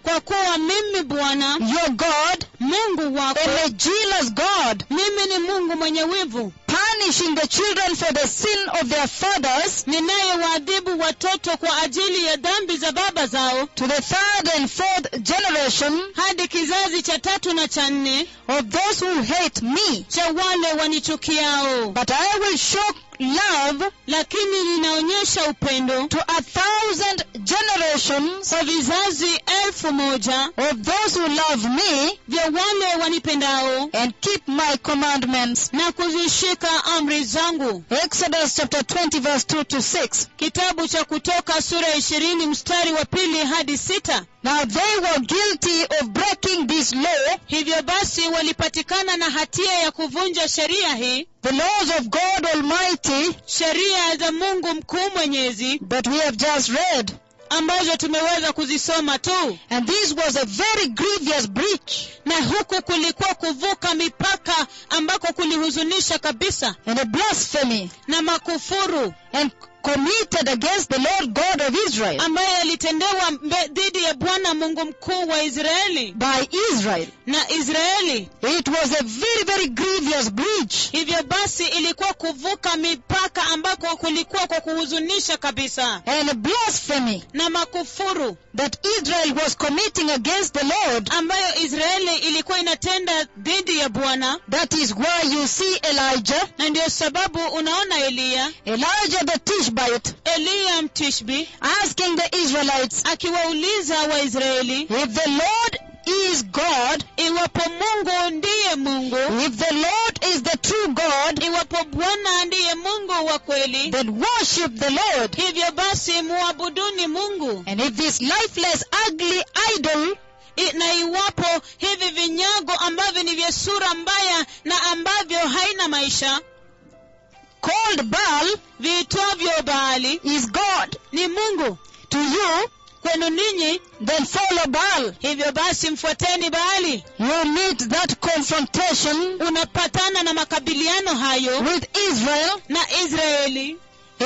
[SPEAKER 2] kwa kuwa mimi bwana
[SPEAKER 1] Lord, your God,
[SPEAKER 2] mungu wako
[SPEAKER 1] am a jealous God,
[SPEAKER 2] mimi ni mungu mwenye wivu
[SPEAKER 1] punishing the children for the sin of their fathers
[SPEAKER 2] ninayewaadhibu watoto kwa ajili ya dhambi za baba zao
[SPEAKER 1] to the third and fourth generation
[SPEAKER 2] hadi kizazi cha tatu na cha nne
[SPEAKER 1] of those who hate me.
[SPEAKER 2] cha wale wanichukiao
[SPEAKER 1] But I will show love
[SPEAKER 2] lakini ninaonyesha upendo
[SPEAKER 1] to a thousand generations
[SPEAKER 2] kwa vizazi elfu moja
[SPEAKER 1] of those who love me
[SPEAKER 2] vya wale wanipendao
[SPEAKER 1] and keep my commandments.
[SPEAKER 2] na kuzishika amri zangu
[SPEAKER 1] Exodus chapter 20, verse 2 to 6.
[SPEAKER 2] kitabu cha kutoka sura ya ishirini mstari wa pili hadi sita
[SPEAKER 1] Now they were guilty of breaking this law,
[SPEAKER 2] hivyo basi walipatikana na hatia ya kuvunja sheria hii
[SPEAKER 1] the laws of God Almighty
[SPEAKER 2] sheria za mungu mkuu mwenyezi
[SPEAKER 1] that we have just read.
[SPEAKER 2] ambazo tumeweza kuzisoma tu
[SPEAKER 1] And this was a very grievous breach
[SPEAKER 2] na huku kulikuwa kuvuka mipaka ambako kulihuzunisha kabisa
[SPEAKER 1] and a blasphemy
[SPEAKER 2] na makufuru
[SPEAKER 1] and committed against the Lord God of Israel
[SPEAKER 2] ambayo yalitendewa mbe- dhidi ya bwana mungu mkuu wa israeli
[SPEAKER 1] by Israel.
[SPEAKER 2] na israeli
[SPEAKER 1] It was a very, very grievous breach.
[SPEAKER 2] hivyo basi ilikuwa kuvuka mipaka ambako kulikuwa kwa kuhuzunisha kabisa
[SPEAKER 1] and a blasphemy
[SPEAKER 2] na makufuru
[SPEAKER 1] that Israel was committing against the Lord.
[SPEAKER 2] ambayo israeli ilikuwa inatenda dhidi ya bwana
[SPEAKER 1] That is why you see Elijah,
[SPEAKER 2] na ndio sababu unaona eliya
[SPEAKER 1] Elijah the Tishbite,
[SPEAKER 2] eliya mtishbi
[SPEAKER 1] asking the Israelites
[SPEAKER 2] akiwauliza waisraeli
[SPEAKER 1] if the Lord is God,
[SPEAKER 2] iwapo mungu ndiye mungu
[SPEAKER 1] if the Lord is the true God,
[SPEAKER 2] iwapo bwana ndiye mungu wa kweli
[SPEAKER 1] then worship the Lord.
[SPEAKER 2] hivyo basi muabuduni mungu
[SPEAKER 1] And if this lifeless, ugly idol
[SPEAKER 2] I- na iwapo hivi vinyago ambavyo ni vya sura mbaya na ambavyo haina maisha
[SPEAKER 1] called Baal
[SPEAKER 2] viitwavyo baali
[SPEAKER 1] is God
[SPEAKER 2] ni mungu
[SPEAKER 1] to you,
[SPEAKER 2] kwenu ninyi
[SPEAKER 1] then follow Baal.
[SPEAKER 2] hivyo basi mfuateni baali
[SPEAKER 1] You meet that confrontation
[SPEAKER 2] unapatana na makabiliano hayo
[SPEAKER 1] with Israel
[SPEAKER 2] na israeli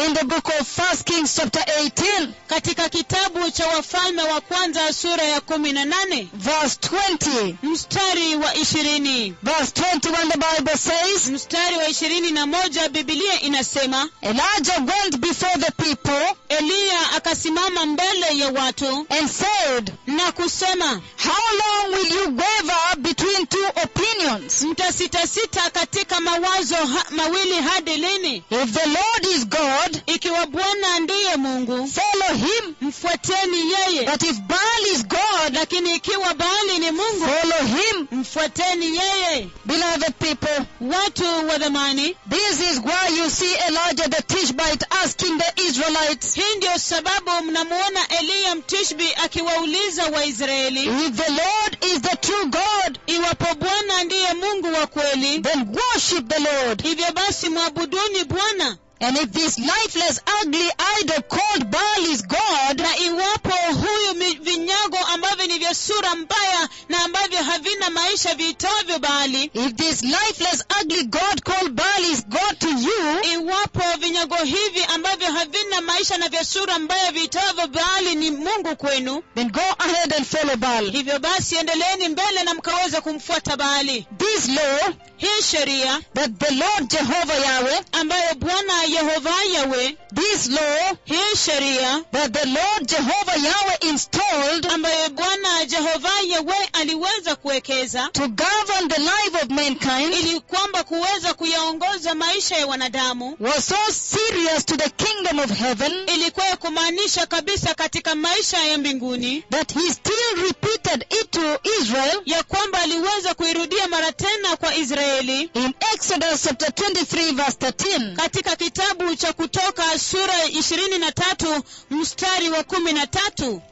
[SPEAKER 1] in the book of First Kings chapter 18.
[SPEAKER 2] katika kitabu cha wafalme wa kwanza sura ya kumi na nane
[SPEAKER 1] verse 20.
[SPEAKER 2] mstari wa ishirini
[SPEAKER 1] Verse 21, the Bible says,
[SPEAKER 2] mstari wa ishirini na moja bibilia inasema
[SPEAKER 1] Elijah went before the people
[SPEAKER 2] eliya akasimama mbele ya watu
[SPEAKER 1] and said,
[SPEAKER 2] na kusema
[SPEAKER 1] How long will you waver between two opinions?
[SPEAKER 2] mtasitasita katika mawazo ha- mawili hadi lini
[SPEAKER 1] If the Lord is God,
[SPEAKER 2] ikiwa bwana ndiye mungu
[SPEAKER 1] follow him.
[SPEAKER 2] mfuateni yeye
[SPEAKER 1] But if Baal is God,
[SPEAKER 2] lakini ikiwa baali ni mungu
[SPEAKER 1] follow him.
[SPEAKER 2] mfuateni yeye
[SPEAKER 1] Beloved people,
[SPEAKER 2] watu wa dhamani
[SPEAKER 1] this is why you see Elijah the Tishbite asking the Israelites,
[SPEAKER 2] hii ndiyo sababu mnamuona eliya mtishbi akiwauliza waisraeli
[SPEAKER 1] If the Lord is the true God,
[SPEAKER 2] iwapo bwana ndiye mungu wa kweli
[SPEAKER 1] then worship the Lord.
[SPEAKER 2] hivyo basi mwabuduni bwana
[SPEAKER 1] And if this lifeless, ugly idol called Baal is God,
[SPEAKER 2] na iwapo huyu mi- vinyago ambavyo ni vya sura mbaya na ambavyo havina maisha viitavyo baali
[SPEAKER 1] If this lifeless, ugly God called Baal is God to you,
[SPEAKER 2] iwapo vinyago hivi ambavyo havina maisha na vya sura mbaya viitavyo baali ni mungu kwenu
[SPEAKER 1] then go ahead and follow Baal.
[SPEAKER 2] hivyo basi endeleeni mbele na mkaweze kumfuata baali
[SPEAKER 1] This law
[SPEAKER 2] hii sheria
[SPEAKER 1] that the Lord Jehovah Yahweh,
[SPEAKER 2] ambayo bwana yehova yawe
[SPEAKER 1] this law
[SPEAKER 2] hii sheria
[SPEAKER 1] that the Lord Jehovah Yahweh installed
[SPEAKER 2] ambayo bwana jehova yawe aliweza kuwekeza
[SPEAKER 1] to govern the life of mankind
[SPEAKER 2] ili kwamba kuweza kuyaongoza maisha ya wanadamu
[SPEAKER 1] was so serious to the kingdom of heaven
[SPEAKER 2] ilikuwa ya kumaanisha kabisa katika maisha ya mbinguni
[SPEAKER 1] that he still repeated it to Israel
[SPEAKER 2] ya kwamba aliweza kuirudia mara tena kwa israeli
[SPEAKER 1] in Exodus chapter 23 verse 13.
[SPEAKER 2] Mm. katika kitabu cha kutoka sura ya ishirini na tatu mstari wa kumi na tatu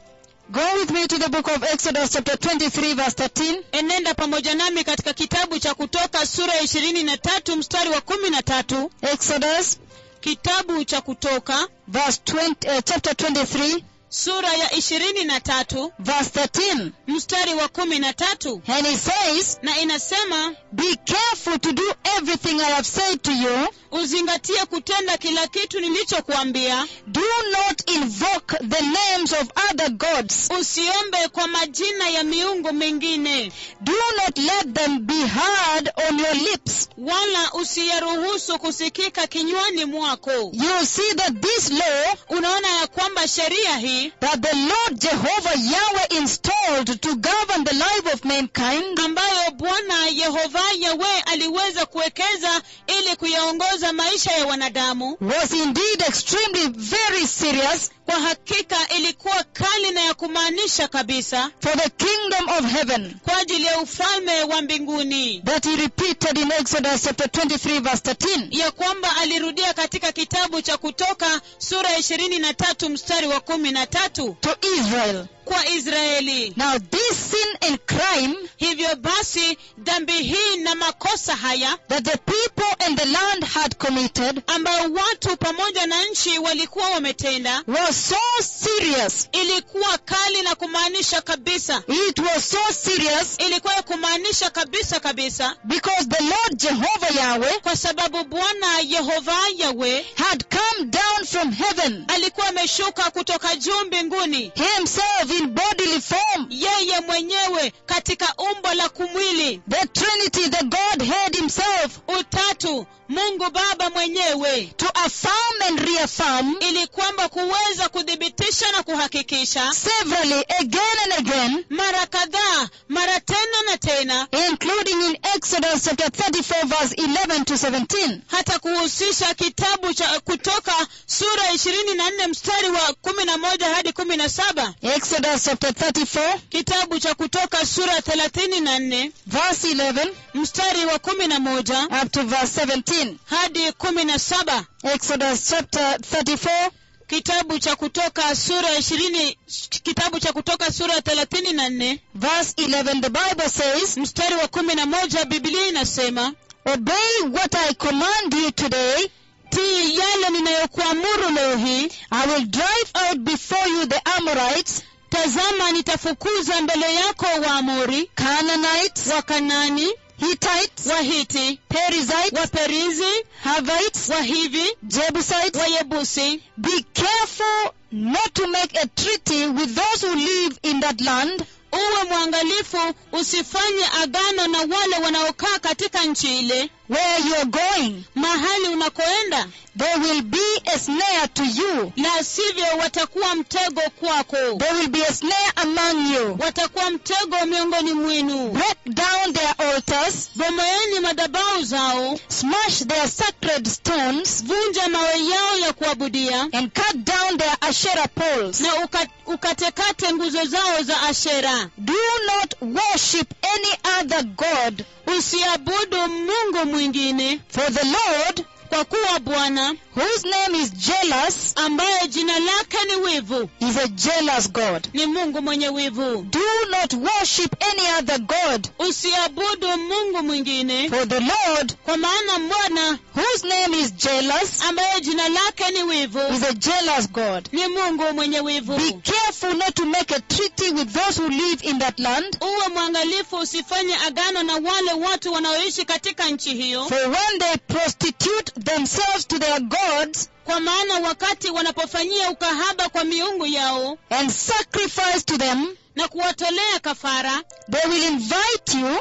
[SPEAKER 1] Go with me to the book of Exodus, chapter 23, verse 13.
[SPEAKER 2] enenda pamoja nami katika kitabu cha kutoka sura ya ishirini na tatu mstari wa kumi na tatu
[SPEAKER 1] Exodus,
[SPEAKER 2] kitabu cha kutoka
[SPEAKER 1] verse 20, uh, chapter 23,
[SPEAKER 2] sura ya ishirini na tatu
[SPEAKER 1] verse 13.
[SPEAKER 2] mstari wa kumi na tatu
[SPEAKER 1] And he says,
[SPEAKER 2] na inasema
[SPEAKER 1] Be careful to do everything I have said to you.
[SPEAKER 2] uzingatie kutenda kila kitu nilichokuambia
[SPEAKER 1] Do not invoke the names of other gods.
[SPEAKER 2] usiombe kwa majina ya miungu mingine
[SPEAKER 1] Do not let them be heard on your lips.
[SPEAKER 2] wala usiyaruhusu kusikika kinywani mwako
[SPEAKER 1] You will see that this law
[SPEAKER 2] unaona ya kwamba sheria hii
[SPEAKER 1] that the Lord Jehovah Yahweh installed to govern the life of mankind
[SPEAKER 2] ambayo bwana yehova yawe aliweza kuwekeza ili kuyaongoza maisha ya wanadamu
[SPEAKER 1] was indeed extremely very serious
[SPEAKER 2] kwa hakika ilikuwa kali na ya kumaanisha kabisa
[SPEAKER 1] for the kingdom of heaven
[SPEAKER 2] kwa ajili ya ufalme wa mbinguni
[SPEAKER 1] that he repeated in Exodus chapter 23 verse 13.
[SPEAKER 2] ya kwamba alirudia katika kitabu cha kutoka sura ya ishirini na tatu mstari wa kumi na tatu
[SPEAKER 1] to Israel.
[SPEAKER 2] kwa israeli
[SPEAKER 1] Now, this sin and crime
[SPEAKER 2] hivyo basi dhambi hii na makosa haya
[SPEAKER 1] that the people and the land had committed
[SPEAKER 2] ambayo watu pamoja na nchi walikuwa wametenda
[SPEAKER 1] was so serious.
[SPEAKER 2] ilikuwa kali na kumaanisha kabisa
[SPEAKER 1] It was so serious
[SPEAKER 2] ilikuwa ya kumaanisha kabisa kabisa
[SPEAKER 1] because the Lord Jehovah Yahweh
[SPEAKER 2] kwa sababu bwana yehova yawe
[SPEAKER 1] had come down from heaven
[SPEAKER 2] alikuwa ameshuka kutoka juu mbinguni
[SPEAKER 1] himself in bodily form.
[SPEAKER 2] yeye mwenyewe katika umbo la kumwili
[SPEAKER 1] The Trinity, the Godhead himself
[SPEAKER 2] utatu mungu baba mwenyewe
[SPEAKER 1] to affirm and reaffirm
[SPEAKER 2] ili kwamba kuweza kuthibitisha na kuhakikisha
[SPEAKER 1] severally again and again,
[SPEAKER 2] mara kadhaa mara tena na tena
[SPEAKER 1] including in Exodus chapter 34 verse 11 to 17.
[SPEAKER 2] hata kuhusisha kitabu cha kutoka sura ishirini na nne mstari wa kumi na moja hadi kumi na saba
[SPEAKER 1] Exodus chapter 34
[SPEAKER 2] kitabu cha kutoka sura thelathini na nne
[SPEAKER 1] verse 11
[SPEAKER 2] mstari wa kumi na moja
[SPEAKER 1] up to verse 17.
[SPEAKER 2] hadi kumi na saba
[SPEAKER 1] Exodus chapter 34
[SPEAKER 2] kitabu cha kutoka sura ishirini kitabu cha kutoka sura thelathini na nne
[SPEAKER 1] verse 11 the Bible says,
[SPEAKER 2] mstari wa kumi na moja bibilia inasema
[SPEAKER 1] Obey what I command you today.
[SPEAKER 2] tii yale ninayokuamuru leo hii
[SPEAKER 1] I will drive out before you the Amorites,
[SPEAKER 2] tazama nitafukuza mbele yako waamori
[SPEAKER 1] Canaanites,
[SPEAKER 2] wakanani
[SPEAKER 1] Hittites,
[SPEAKER 2] wahiti
[SPEAKER 1] Perizzites,
[SPEAKER 2] waperizi
[SPEAKER 1] Hivites,
[SPEAKER 2] wahivi
[SPEAKER 1] Jebusites.
[SPEAKER 2] wayebusi
[SPEAKER 1] Be careful not to make a treaty with those who live in that land,
[SPEAKER 2] uwe mwangalifu usifanye agano na wale wanaokaa katika nchi ile
[SPEAKER 1] where you are going.
[SPEAKER 2] mahali unakoenda
[SPEAKER 1] They will be a snare to you.
[SPEAKER 2] la sivyo watakuwa mtego kwako
[SPEAKER 1] They will be a snare among you.
[SPEAKER 2] watakuwa mtego miongoni mwenu
[SPEAKER 1] Break down their altars,
[SPEAKER 2] bomoeni madhabau zao
[SPEAKER 1] smash their sacred stones,
[SPEAKER 2] vunja mawe yao ya kuabudia
[SPEAKER 1] and cut down their Asherah poles.
[SPEAKER 2] na uka, ukatekate nguzo zao za ashera
[SPEAKER 1] Do not worship any other god,
[SPEAKER 2] usiabudu mungu mwingine
[SPEAKER 1] for the Lord,
[SPEAKER 2] kwa kuwa bwana
[SPEAKER 1] whose name is jealous,
[SPEAKER 2] ambaye jina lake ni wivu
[SPEAKER 1] is a jealous God.
[SPEAKER 2] ni mungu mwenye wivu
[SPEAKER 1] Do not worship any other god,
[SPEAKER 2] usiabudu mungu mwingine
[SPEAKER 1] for the Lord,
[SPEAKER 2] kwa maana bwana
[SPEAKER 1] whose name is jealous,
[SPEAKER 2] ambaye jina lake ni wivu
[SPEAKER 1] is a jealous God.
[SPEAKER 2] ni mungu mwenye wivu
[SPEAKER 1] Be careful not to make a treaty with those who live in that land,
[SPEAKER 2] uwe mwangalifu usifanye agano na wale watu wanaoishi katika nchi hiyo
[SPEAKER 1] for when they prostitute themselves to their gods
[SPEAKER 2] kwa maana wakati wanapofanyia ukahaba kwa miungu yao
[SPEAKER 1] and sacrifice to them,
[SPEAKER 2] na kuwatolea kafara
[SPEAKER 1] they will invite you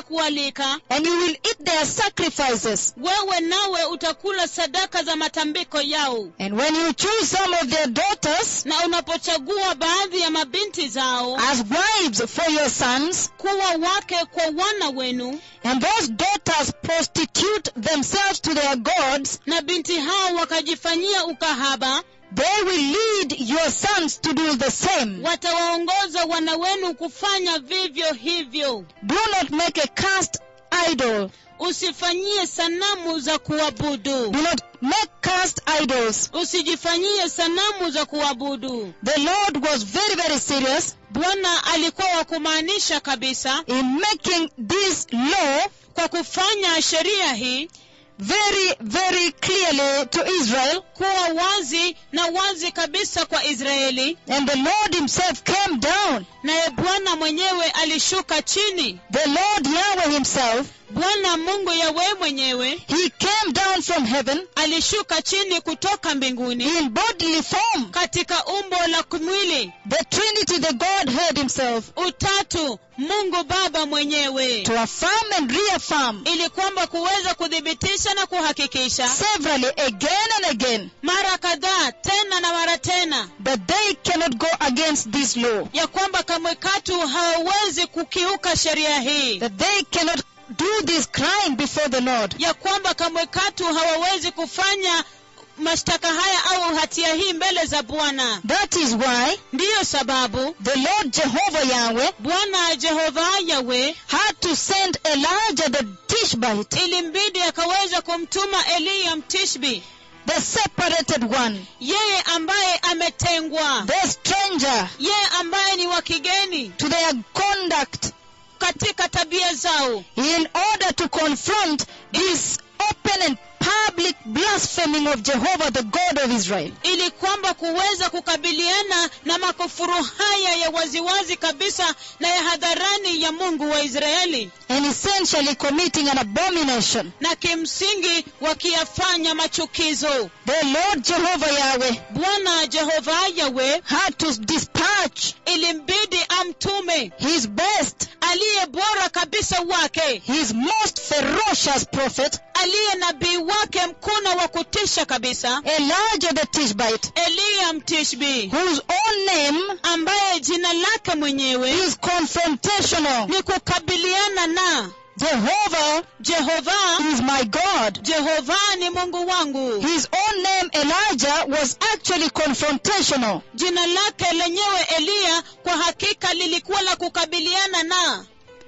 [SPEAKER 2] watakualika
[SPEAKER 1] and you will eat their sacrifices.
[SPEAKER 2] wewe nawe utakula sadaka za matambiko yao
[SPEAKER 1] And when you choose some of their daughters
[SPEAKER 2] na unapochagua baadhi ya mabinti zao
[SPEAKER 1] as wives for your sons,
[SPEAKER 2] kuwa wake kwa wana wenu
[SPEAKER 1] and those daughters prostitute themselves to their gods,
[SPEAKER 2] na binti hao wakajifanyia ukahaba
[SPEAKER 1] they will lead your sons to do the same.
[SPEAKER 2] watawaongoza wana wenu kufanya vivyo hivyo
[SPEAKER 1] Do not make a cast idol.
[SPEAKER 2] usifanyie sanamu za kuabudu
[SPEAKER 1] Do not make cast idols.
[SPEAKER 2] usijifanyie sanamu za kuabudu
[SPEAKER 1] The Lord was very, very serious
[SPEAKER 2] bwana alikuwa wa kumaanisha kabisa
[SPEAKER 1] in making this law
[SPEAKER 2] kwa kufanya sheria hii
[SPEAKER 1] very, very clearly to Israel.
[SPEAKER 2] kuwa wazi na wazi kabisa kwa israeli
[SPEAKER 1] And the Lord Himself came down.
[SPEAKER 2] naye bwana mwenyewe alishuka chini
[SPEAKER 1] The Lord Yahweh Himself,
[SPEAKER 2] bwana mungu yawe mwenyewe
[SPEAKER 1] He came down from heaven
[SPEAKER 2] alishuka chini kutoka mbinguni
[SPEAKER 1] in bodily form.
[SPEAKER 2] katika umbo la kumwili
[SPEAKER 1] The Trinity, the Godhead Himself,
[SPEAKER 2] utatu mungu baba mwenyewe
[SPEAKER 1] to affirm and reaffirm
[SPEAKER 2] ili kwamba kuweza kuthibitisha na kuhakikisha
[SPEAKER 1] severally again and again
[SPEAKER 2] mara kadhaa tena na mara tena
[SPEAKER 1] that they cannot go against this law,
[SPEAKER 2] ya kwamba kamwe katu hawawezi kukiuka sheria hii
[SPEAKER 1] that they cannot do this crime before the Lord.
[SPEAKER 2] ya kwamba kamwe katu hawawezi kufanya mashtaka haya au hatia hii mbele za bwana
[SPEAKER 1] That is why
[SPEAKER 2] ndiyo sababu
[SPEAKER 1] the Lord Jehovah Yahweh
[SPEAKER 2] bwana jehova yawe
[SPEAKER 1] had to send Elijah the Tishbite,
[SPEAKER 2] ilimbidi akaweza kumtuma eliya mtishbi
[SPEAKER 1] the separated one,
[SPEAKER 2] yeye ambaye ametengwa
[SPEAKER 1] the stranger,
[SPEAKER 2] yeye ambaye ni wa kigeni
[SPEAKER 1] to their conduct
[SPEAKER 2] katika tabia zao
[SPEAKER 1] in order to confront this open and public blaspheming of Jehovah, the God of Israel.
[SPEAKER 2] ili kwamba kuweza kukabiliana na makufuru haya ya waziwazi kabisa na ya hadharani ya mungu wa israeli
[SPEAKER 1] and essentially committing an abomination.
[SPEAKER 2] na kimsingi wakiyafanya machukizo
[SPEAKER 1] The Lord Jehovah Yahweh
[SPEAKER 2] bwana jehova yawe
[SPEAKER 1] had to dispatch
[SPEAKER 2] ilimbidi amtume
[SPEAKER 1] his best,
[SPEAKER 2] aliye bora kabisa wake
[SPEAKER 1] his most ferocious prophet,
[SPEAKER 2] aliye nabii wake mkuna wa kutisha kabisa
[SPEAKER 1] Elijah the Tishbite,
[SPEAKER 2] eliya mtishbi
[SPEAKER 1] whose own name
[SPEAKER 2] ambaye jina lake mwenyewe
[SPEAKER 1] is confrontational.
[SPEAKER 2] ni kukabiliana na
[SPEAKER 1] Jehovah
[SPEAKER 2] jehova
[SPEAKER 1] is my God.
[SPEAKER 2] jehova ni mungu wangu
[SPEAKER 1] His own name, Elijah, was actually confrontational.
[SPEAKER 2] jina lake lenyewe eliya kwa hakika lilikuwa la kukabiliana na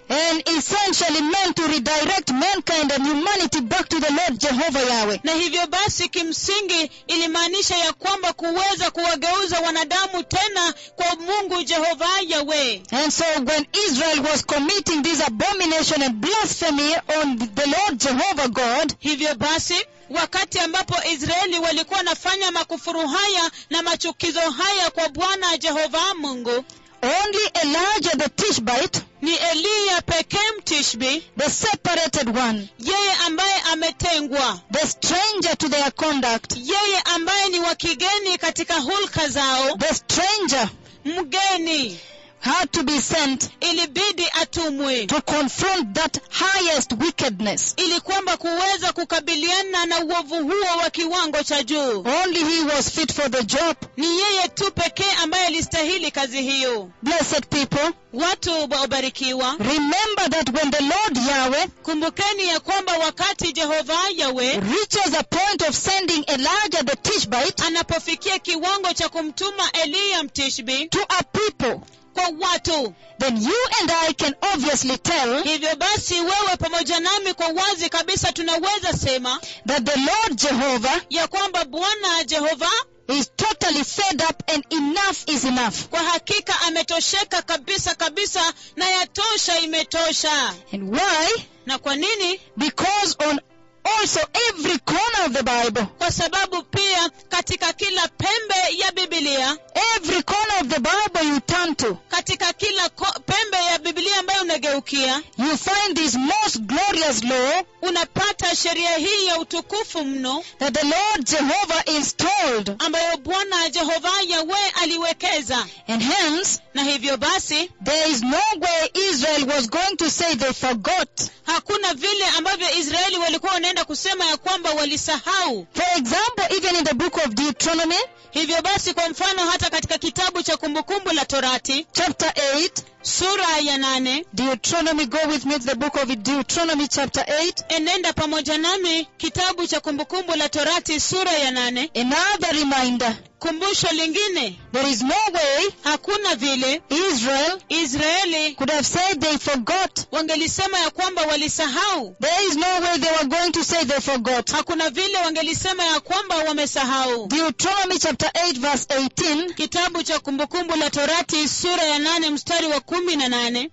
[SPEAKER 1] And essentially meant to redirect mankind and humanity back to the Lord Jehovah Yahweh.
[SPEAKER 2] na hivyo basi kimsingi ilimaanisha ya kwamba kuweza kuwageuza wanadamu tena kwa mungu jehova yawe
[SPEAKER 1] And so when Israel was committing this abomination and blasphemy on the Lord Jehovah God,
[SPEAKER 2] hivyo basi wakati ambapo israeli walikuwa wanafanya makufuru haya na machukizo haya kwa bwana jehova mungu
[SPEAKER 1] only Elijah the Tishbite,
[SPEAKER 2] ni eliya pekee mtishbi
[SPEAKER 1] the separated one,
[SPEAKER 2] yeye ambaye ametengwa
[SPEAKER 1] the stranger to their conduct,
[SPEAKER 2] yeye ambaye ni wa kigeni katika hulka zao
[SPEAKER 1] the stranger
[SPEAKER 2] mgeni
[SPEAKER 1] had to be sent
[SPEAKER 2] ilibidi atumwe
[SPEAKER 1] to confront that highest wickedness.
[SPEAKER 2] ili kwamba kuweza kukabiliana na uovu huo wa kiwango cha juu
[SPEAKER 1] Only he was fit for the job.
[SPEAKER 2] ni yeye tu pekee ambaye alistahili kazi hiyo
[SPEAKER 1] Blessed people,
[SPEAKER 2] watu waobarikiwa
[SPEAKER 1] remember that when the Lord Yahweh
[SPEAKER 2] kumbukeni ya kwamba wakati jehova yawe
[SPEAKER 1] reaches a point of sending Elijah the Tishbite
[SPEAKER 2] anapofikia kiwango cha kumtuma eliya mtishbi
[SPEAKER 1] to a people,
[SPEAKER 2] kwa watu
[SPEAKER 1] then you and I can obviously tell
[SPEAKER 2] hivyo basi wewe pamoja nami kwa wazi kabisa tunaweza sema
[SPEAKER 1] that the Lord Jehovah
[SPEAKER 2] ya kwamba bwana jehova
[SPEAKER 1] is totally fed up and enough is enough.
[SPEAKER 2] kwa hakika ametosheka kabisa kabisa na yatosha imetosha
[SPEAKER 1] And why?
[SPEAKER 2] na kwa nini
[SPEAKER 1] Because on also every corner of the Bible,
[SPEAKER 2] kwa sababu pia katika kila pembe ya bibilia
[SPEAKER 1] every corner of the Bible you turn to,
[SPEAKER 2] katika kila ko- pembe ya bibilia ambayo unageukia
[SPEAKER 1] you find this most glorious law
[SPEAKER 2] unapata sheria hii ya utukufu mno
[SPEAKER 1] that the Lord Jehovah installed.
[SPEAKER 2] ambayo bwana jehova yawe aliwekeza
[SPEAKER 1] And hence,
[SPEAKER 2] na hivyo basi
[SPEAKER 1] there is no way Israel was going to say they forgot.
[SPEAKER 2] hakuna vile ambavyo israeli walikuwa wanaenda kusema ya kwamba walisahau
[SPEAKER 1] For example, even in the book of Deuteronomy,
[SPEAKER 2] hivyo basi kwa mfano hata katika kitabu cha kumbukumbu la torati
[SPEAKER 1] chapter 8,
[SPEAKER 2] sura ya nane
[SPEAKER 1] Deuteronomy Deuteronomy, go with me to the book of Deuteronomy, chapter 8.
[SPEAKER 2] enenda pamoja nami kitabu cha kumbukumbu la torati sura ya nane
[SPEAKER 1] Another reminder
[SPEAKER 2] kumbusho lingine
[SPEAKER 1] there is no way
[SPEAKER 2] hakuna vile
[SPEAKER 1] Israel
[SPEAKER 2] israeli
[SPEAKER 1] could have said they forgot.
[SPEAKER 2] wangelisema ya kwamba walisahau
[SPEAKER 1] There is no way they were going to say they forgot.
[SPEAKER 2] hakuna vile wangelisema ya kwamba wamesahau
[SPEAKER 1] Deuteronomy, chapter 8, verse 18.
[SPEAKER 2] kitabu cha kumbukumbu la torati sura ya nane mstari wa kumi na nane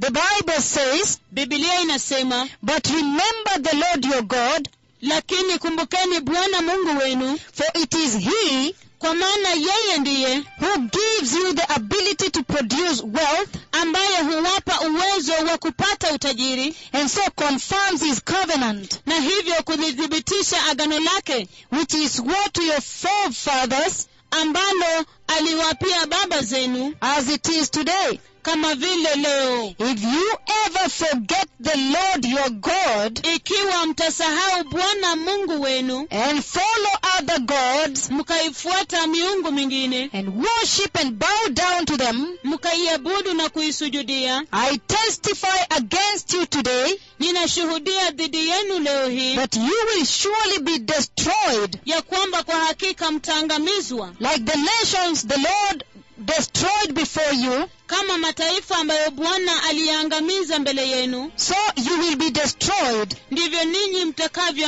[SPEAKER 1] The Bible says,
[SPEAKER 2] bibilia inasema
[SPEAKER 1] But remember the Lord your God,
[SPEAKER 2] lakini kumbukeni bwana mungu wenu
[SPEAKER 1] for it is He
[SPEAKER 2] kwa maana yeye ndiye
[SPEAKER 1] who gives you the ability to produce wealth
[SPEAKER 2] ambaye huwapa uwezo wa kupata utajiri
[SPEAKER 1] and so confirms His covenant,
[SPEAKER 2] na hivyo kulithibitisha agano lake
[SPEAKER 1] which He swore to your forefathers
[SPEAKER 2] ambalo aliwapia baba zenu
[SPEAKER 1] as it is today.
[SPEAKER 2] kama vile leo
[SPEAKER 1] If you ever forget the Lord your God
[SPEAKER 2] ikiwa mtasahau bwana mungu wenu
[SPEAKER 1] and follow other gods
[SPEAKER 2] mkaifuata miungu mingine
[SPEAKER 1] and worship and bow down to them,
[SPEAKER 2] mkaiabudu na kuisujudia
[SPEAKER 1] I testify against you today
[SPEAKER 2] ninashuhudia dhidi yenu leo hii
[SPEAKER 1] that you will surely be destroyed
[SPEAKER 2] ya kwamba kwa hakika mtaangamizwa
[SPEAKER 1] like the nations the Lord destroyed before you.
[SPEAKER 2] kama mataifa ambayo bwana aliyaangamiza mbele yenu
[SPEAKER 1] So you will be destroyed
[SPEAKER 2] ndivyo ninyi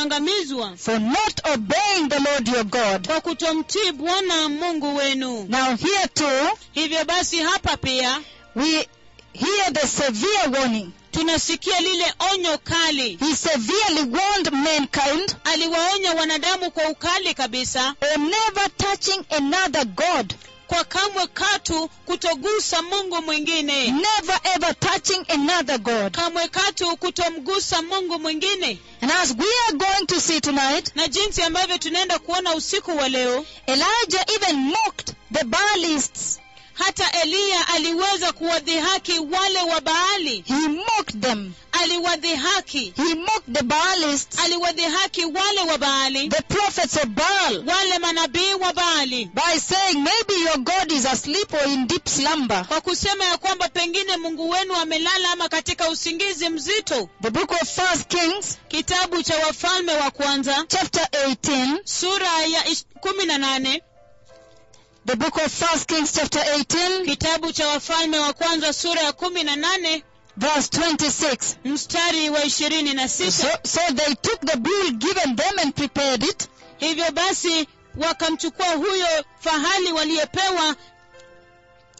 [SPEAKER 2] mtakavyoangamizwa
[SPEAKER 1] for not obeying the Lord your God.
[SPEAKER 2] kwa kutomtii bwana mungu wenu
[SPEAKER 1] Now here too,
[SPEAKER 2] hivyo basi hapa pia
[SPEAKER 1] we hear the severe warning.
[SPEAKER 2] tunasikia lile onyo kali
[SPEAKER 1] He severely warned mankind
[SPEAKER 2] aliwaonya wanadamu kwa ukali kabisa
[SPEAKER 1] of never touching another God.
[SPEAKER 2] kwa kamwe katu kutogusa mungu mwingine
[SPEAKER 1] Never ever touching another God.
[SPEAKER 2] kamwe katu kutomgusa mungu mwingine
[SPEAKER 1] And as we are going to see tonight,
[SPEAKER 2] na jinsi ambavyo tunaenda kuona usiku wa leo
[SPEAKER 1] Elijah even mocked the Baalists.
[SPEAKER 2] hata eliya aliweza kuwadhihaki wale wa baali
[SPEAKER 1] He mocked them.
[SPEAKER 2] aliwadhihaki
[SPEAKER 1] He mocked the Baalists,
[SPEAKER 2] aliwadhihaki wale wa baali
[SPEAKER 1] the prophets of Baal,
[SPEAKER 2] wale manabii wa baali
[SPEAKER 1] by saying, maybe your God is asleep or in deep slumber.
[SPEAKER 2] kwa kusema ya kwamba pengine mungu wenu amelala ama katika usingizi mzito
[SPEAKER 1] The book of First Kings,
[SPEAKER 2] kitabu cha wafalme wa kwanza
[SPEAKER 1] chapter 18.
[SPEAKER 2] sura ya kumi na nane
[SPEAKER 1] The book of First Kings, chapter 18,
[SPEAKER 2] kitabu cha wafalme wa kwanza sura ya kumi na nane
[SPEAKER 1] verse 26.
[SPEAKER 2] mstari wa ishirini na
[SPEAKER 1] So,
[SPEAKER 2] sita
[SPEAKER 1] so they took the bull given them and prepared it,
[SPEAKER 2] hivyo basi wakamchukua huyo fahali waliyepewa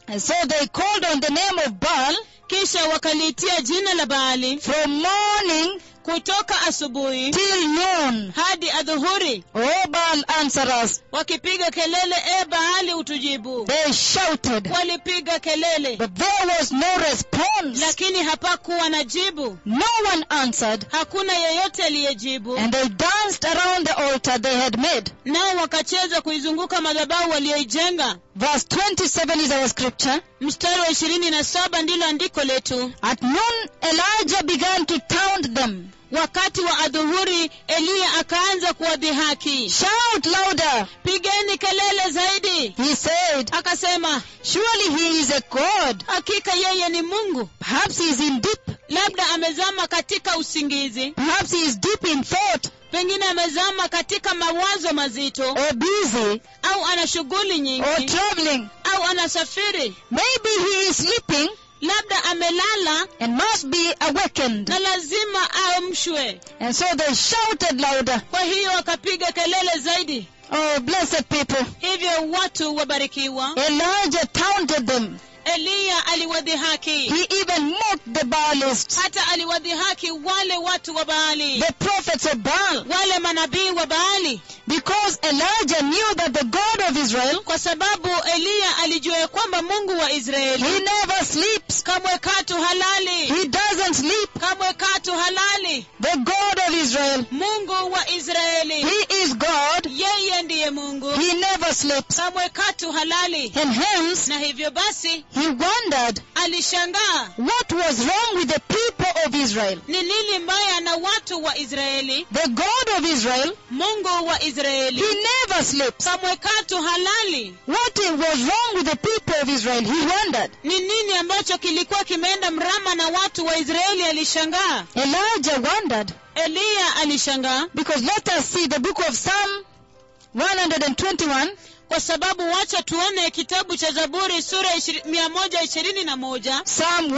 [SPEAKER 1] and so they called on the name of Baal
[SPEAKER 2] kisha wakaliitia jina la baali
[SPEAKER 1] from morning
[SPEAKER 2] kutoka asubuhi
[SPEAKER 1] till noon.
[SPEAKER 2] hadi adhuhuri
[SPEAKER 1] Oh, Baal, answer us.
[SPEAKER 2] wakipiga kelele e baali utujibu
[SPEAKER 1] They shouted,
[SPEAKER 2] walipiga kelele
[SPEAKER 1] but there was no response.
[SPEAKER 2] lakini hapakuwa na jibu
[SPEAKER 1] No one answered,
[SPEAKER 2] hakuna yeyote aliyejibu
[SPEAKER 1] and they danced around the altar they had made.
[SPEAKER 2] nao wakacheza kuizunguka madhabahu waliyoijenga
[SPEAKER 1] Verse 27 is our scripture.
[SPEAKER 2] mstari wa ishirini na saba ndilo andiko letu
[SPEAKER 1] At noon, Elijah began to taunt them.
[SPEAKER 2] wakati wa adhuhuri eliya akaanza kuwadhihaki
[SPEAKER 1] Shout louder,
[SPEAKER 2] pigeni kelele zaidi
[SPEAKER 1] he said.
[SPEAKER 2] akasema
[SPEAKER 1] Surely he is a God.
[SPEAKER 2] hakika yeye ni mungu
[SPEAKER 1] Perhaps he is in deep.
[SPEAKER 2] labda amezama katika usingizi
[SPEAKER 1] Perhaps he is deep in thought
[SPEAKER 2] pengine amezama katika mawazo mazito
[SPEAKER 1] or busy
[SPEAKER 2] au ana shughuli
[SPEAKER 1] or
[SPEAKER 2] nyingi
[SPEAKER 1] traveling.
[SPEAKER 2] au anasafiri
[SPEAKER 1] Maybe he is sleeping
[SPEAKER 2] labda amelala
[SPEAKER 1] and must be awakened.
[SPEAKER 2] na lazima amshwe
[SPEAKER 1] And so they shouted louder.
[SPEAKER 2] kwa hiyo akapiga kelele zaidi
[SPEAKER 1] Oh, blessed people.
[SPEAKER 2] hivyo watu wabarikiwa
[SPEAKER 1] Elijah taunted them.
[SPEAKER 2] eliya aliwadhihaki
[SPEAKER 1] He even mocked the Baalists,
[SPEAKER 2] hata aliwadhihaki wale watu wa baali
[SPEAKER 1] the prophets of Baal,
[SPEAKER 2] wale manabii wa baali
[SPEAKER 1] because Elijah knew that the God of Israel,
[SPEAKER 2] kwa sababu eliya alijua ya kwamba mungu wa israeli
[SPEAKER 1] he never sleeps.
[SPEAKER 2] kamwe katu halali
[SPEAKER 1] He doesn't sleep.
[SPEAKER 2] kamwe katu halali
[SPEAKER 1] The God of Israel,
[SPEAKER 2] mungu wa israeli
[SPEAKER 1] he is God.
[SPEAKER 2] yeye ndiye mungu
[SPEAKER 1] He never sleeps.
[SPEAKER 2] kamwe katu halali
[SPEAKER 1] And hence,
[SPEAKER 2] na hivyo basi
[SPEAKER 1] He wondered
[SPEAKER 2] alishangaa
[SPEAKER 1] what was wrong with the people of Israel.
[SPEAKER 2] ni lili mbaya na watu wa israeli
[SPEAKER 1] The God of Israel,
[SPEAKER 2] mungu wa israeli
[SPEAKER 1] he never sleeps.
[SPEAKER 2] kamwekatu halali
[SPEAKER 1] What was wrong with the people of Israel? He wondered.
[SPEAKER 2] ni nini ambacho kilikuwa kimeenda mrama na watu wa israeli alishangaa
[SPEAKER 1] Elijah wondered.
[SPEAKER 2] eliya alishangaa
[SPEAKER 1] Because let us see the book of Psalm 121,
[SPEAKER 2] kwa sababu wacha tuone kitabu cha zaburi sura mia moja ishirini na moja
[SPEAKER 1] Psalm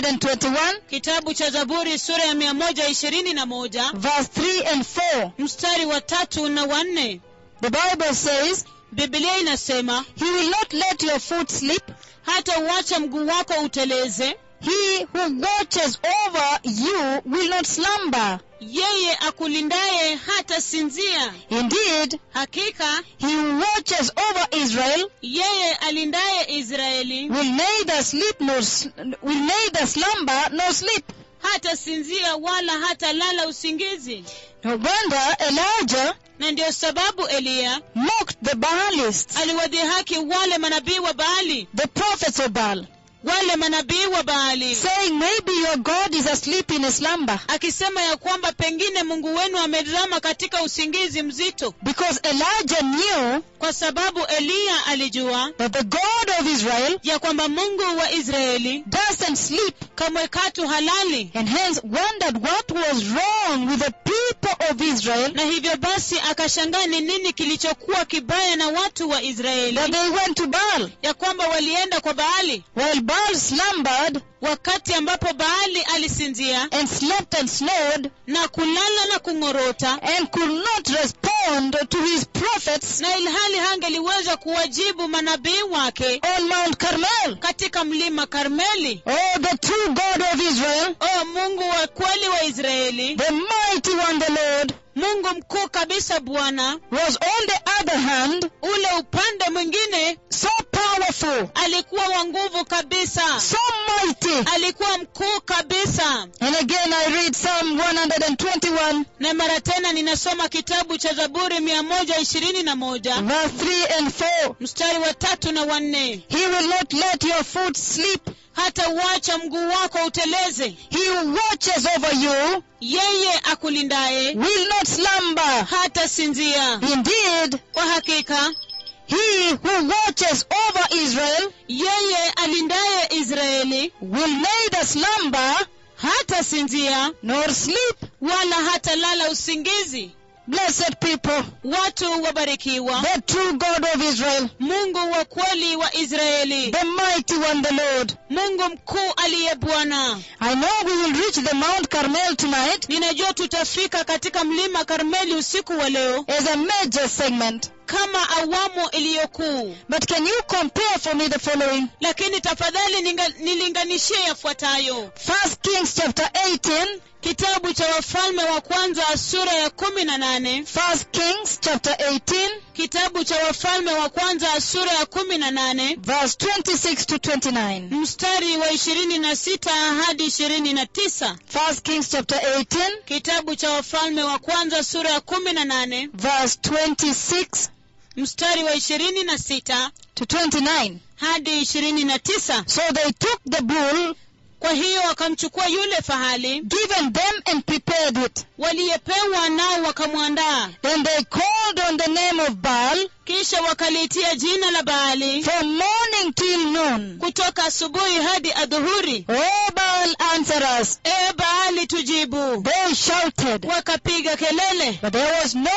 [SPEAKER 1] 121,
[SPEAKER 2] kitabu cha zaburi sura ya mia moja ishirini na moja
[SPEAKER 1] verse 3 and 4.
[SPEAKER 2] mstari wa tatu na wa nne
[SPEAKER 1] The Bible says,
[SPEAKER 2] biblia inasema
[SPEAKER 1] He will not let your foot slip.
[SPEAKER 2] hata uacha mguu wako uteleze
[SPEAKER 1] He who watches over you will not slumber.
[SPEAKER 2] yeye akulindaye hata sinzia
[SPEAKER 1] Indeed,
[SPEAKER 2] hakika
[SPEAKER 1] he who watches over Israel
[SPEAKER 2] yeye alindaye israeli
[SPEAKER 1] will neither sleep nor s- will neither slumber nor sleep.
[SPEAKER 2] hata sinzia wala hata lala usingizi
[SPEAKER 1] No wonder Elijah
[SPEAKER 2] na ndiyo sababu eliya
[SPEAKER 1] mocked the Baalists,
[SPEAKER 2] aliwadhihaki wale manabii wa baali
[SPEAKER 1] the prophets of Baal,
[SPEAKER 2] wale manabii wa baali
[SPEAKER 1] saying, Maybe your God is asleep in a slumber.
[SPEAKER 2] akisema ya kwamba pengine mungu wenu amezama katika usingizi mzito
[SPEAKER 1] Because Elijah knew
[SPEAKER 2] kwa sababu eliya alijua
[SPEAKER 1] that the God of Israel
[SPEAKER 2] ya kwamba mungu wa israeli
[SPEAKER 1] doesn't sleep,
[SPEAKER 2] kamwe katu halali
[SPEAKER 1] and hence wondered what was wrong with the people of Israel
[SPEAKER 2] na hivyo basi akashangaa ni nini kilichokuwa kibaya na watu wa
[SPEAKER 1] that
[SPEAKER 2] israeli
[SPEAKER 1] they went to Baal.
[SPEAKER 2] ya kwamba walienda kwa baali
[SPEAKER 1] While Baal slumbered
[SPEAKER 2] wakati ambapo baali alisinzia
[SPEAKER 1] and slept and snored
[SPEAKER 2] na kulala na kung'orota
[SPEAKER 1] and could not respond to his prophets
[SPEAKER 2] na ilhali hangeliweza kuwajibu manabii wake
[SPEAKER 1] on Mount Carmel.
[SPEAKER 2] katika mlima karmeli
[SPEAKER 1] Oh, the true God of Israel,
[SPEAKER 2] o mungu wa kweli wa israeli
[SPEAKER 1] the mighty one, the Lord,
[SPEAKER 2] mungu mkuu kabisa bwana
[SPEAKER 1] was on the other hand
[SPEAKER 2] ule upande mwingine
[SPEAKER 1] so powerful,
[SPEAKER 2] alikuwa wa nguvu kabisa
[SPEAKER 1] so mighty.
[SPEAKER 2] alikuwa mkuu kabisa
[SPEAKER 1] And again I read Psalm 121,
[SPEAKER 2] na mara tena ninasoma kitabu cha zaburi mia moja ishirini na moja
[SPEAKER 1] verse 3 and 4.
[SPEAKER 2] mstari wa tatu na wanne
[SPEAKER 1] He will not let your foot slip.
[SPEAKER 2] hata uacha mguu wako uteleze
[SPEAKER 1] He who watches over you
[SPEAKER 2] yeye akulindaye
[SPEAKER 1] will not slumber.
[SPEAKER 2] hata sinzia
[SPEAKER 1] Indeed,
[SPEAKER 2] kwa hakika
[SPEAKER 1] he who watches over Israel
[SPEAKER 2] yeye alindaye israeli
[SPEAKER 1] will neither slumber
[SPEAKER 2] hata sinzia
[SPEAKER 1] nor sleep.
[SPEAKER 2] wala hata lala usingizi
[SPEAKER 1] Blessed people,
[SPEAKER 2] watu wabarikiwa
[SPEAKER 1] the true God of Israel,
[SPEAKER 2] mungu wa kweli wa israeli
[SPEAKER 1] the mighty one, the Lord.
[SPEAKER 2] mungu mkuu aliye bwana
[SPEAKER 1] I know we will reach the Mount Carmel tonight
[SPEAKER 2] ninajua tutafika katika mlima karmeli usiku wa leo
[SPEAKER 1] as a major segment,
[SPEAKER 2] kama awamu iliyokuu
[SPEAKER 1] but can you compare for me the following?
[SPEAKER 2] lakini tafadhali ninga- nilinganishie yafuatayo
[SPEAKER 1] First Kings chapter 18,
[SPEAKER 2] kitabu cha wafalme wa kwanza sura ya kumi na nane
[SPEAKER 1] First Kings chapter 18,
[SPEAKER 2] kitabu cha wafalme wa kwanza sura ya kumi na nane
[SPEAKER 1] verse 26 to 29.
[SPEAKER 2] mstari wa ishirini na sita hadi ishirini na tisa
[SPEAKER 1] First Kings chapter 18,
[SPEAKER 2] kitabu cha wafalme wa kwanza sura ya kumi na nane
[SPEAKER 1] verse 26
[SPEAKER 2] mstari wa ishirini na sita
[SPEAKER 1] to 29.
[SPEAKER 2] hadi ishirini na tisa
[SPEAKER 1] So they took the bull
[SPEAKER 2] kwa hiyo wakamchukua yule fahali
[SPEAKER 1] given them and prepared it.
[SPEAKER 2] waliyepewa nao wakamwandaa
[SPEAKER 1] Then they called on the name of Baal
[SPEAKER 2] kisha wakaliitia jina la baali
[SPEAKER 1] from morning till noon.
[SPEAKER 2] kutoka asubuhi hadi adhuhuri
[SPEAKER 1] O Baal, answer us.
[SPEAKER 2] ee baali tujibu
[SPEAKER 1] They shouted,
[SPEAKER 2] wakapiga kelele
[SPEAKER 1] but there was no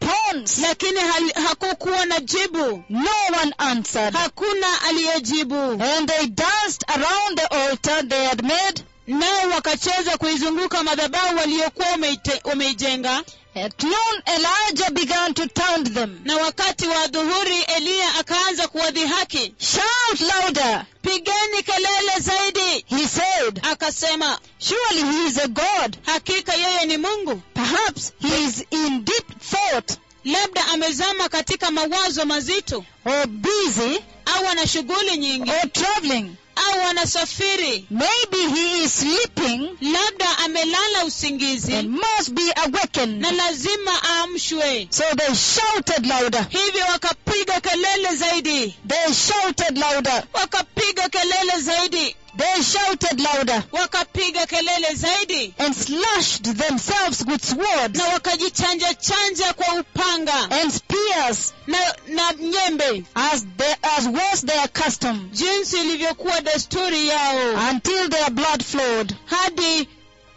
[SPEAKER 1] response.
[SPEAKER 2] lakini hal- hakukuwa na jibu
[SPEAKER 1] No one answered.
[SPEAKER 2] hakuna aliyejibu
[SPEAKER 1] And they danced around the altar they had made,
[SPEAKER 2] nao wakacheza kuizunguka madhabahu waliokuwa wameite- wameijenga
[SPEAKER 1] At noon, Elijah began to taunt them.
[SPEAKER 2] na wakati wa dhuhuri eliya akaanza kuwadhihaki
[SPEAKER 1] Shout louder,
[SPEAKER 2] pigeni kelele zaidi
[SPEAKER 1] he said.
[SPEAKER 2] akasema
[SPEAKER 1] Surely he is a god.
[SPEAKER 2] hakika yeye ni mungu
[SPEAKER 1] Perhaps he is in deep thought
[SPEAKER 2] labda amezama katika mawazo mazito
[SPEAKER 1] or busy
[SPEAKER 2] au ana shughuli nyingi
[SPEAKER 1] or traveling.
[SPEAKER 2] au anasafiri
[SPEAKER 1] Maybe he is sleeping
[SPEAKER 2] labda amelala usingizi
[SPEAKER 1] and must be awakened.
[SPEAKER 2] na lazima aamshwe
[SPEAKER 1] So they shouted louder.
[SPEAKER 2] hivyo wakapiga kelele zaidi
[SPEAKER 1] They shouted louder.
[SPEAKER 2] wakapiga kelele zaidi
[SPEAKER 1] They shouted louder
[SPEAKER 2] wakapiga kelele zaidi
[SPEAKER 1] and slashed themselves with swords
[SPEAKER 2] na wakajichanja chanja kwa upanga
[SPEAKER 1] and spears
[SPEAKER 2] na, na nyembe
[SPEAKER 1] as, they, as was their custom
[SPEAKER 2] jinsi ilivyokuwa desturi yao
[SPEAKER 1] until their blood flowed.
[SPEAKER 2] hadi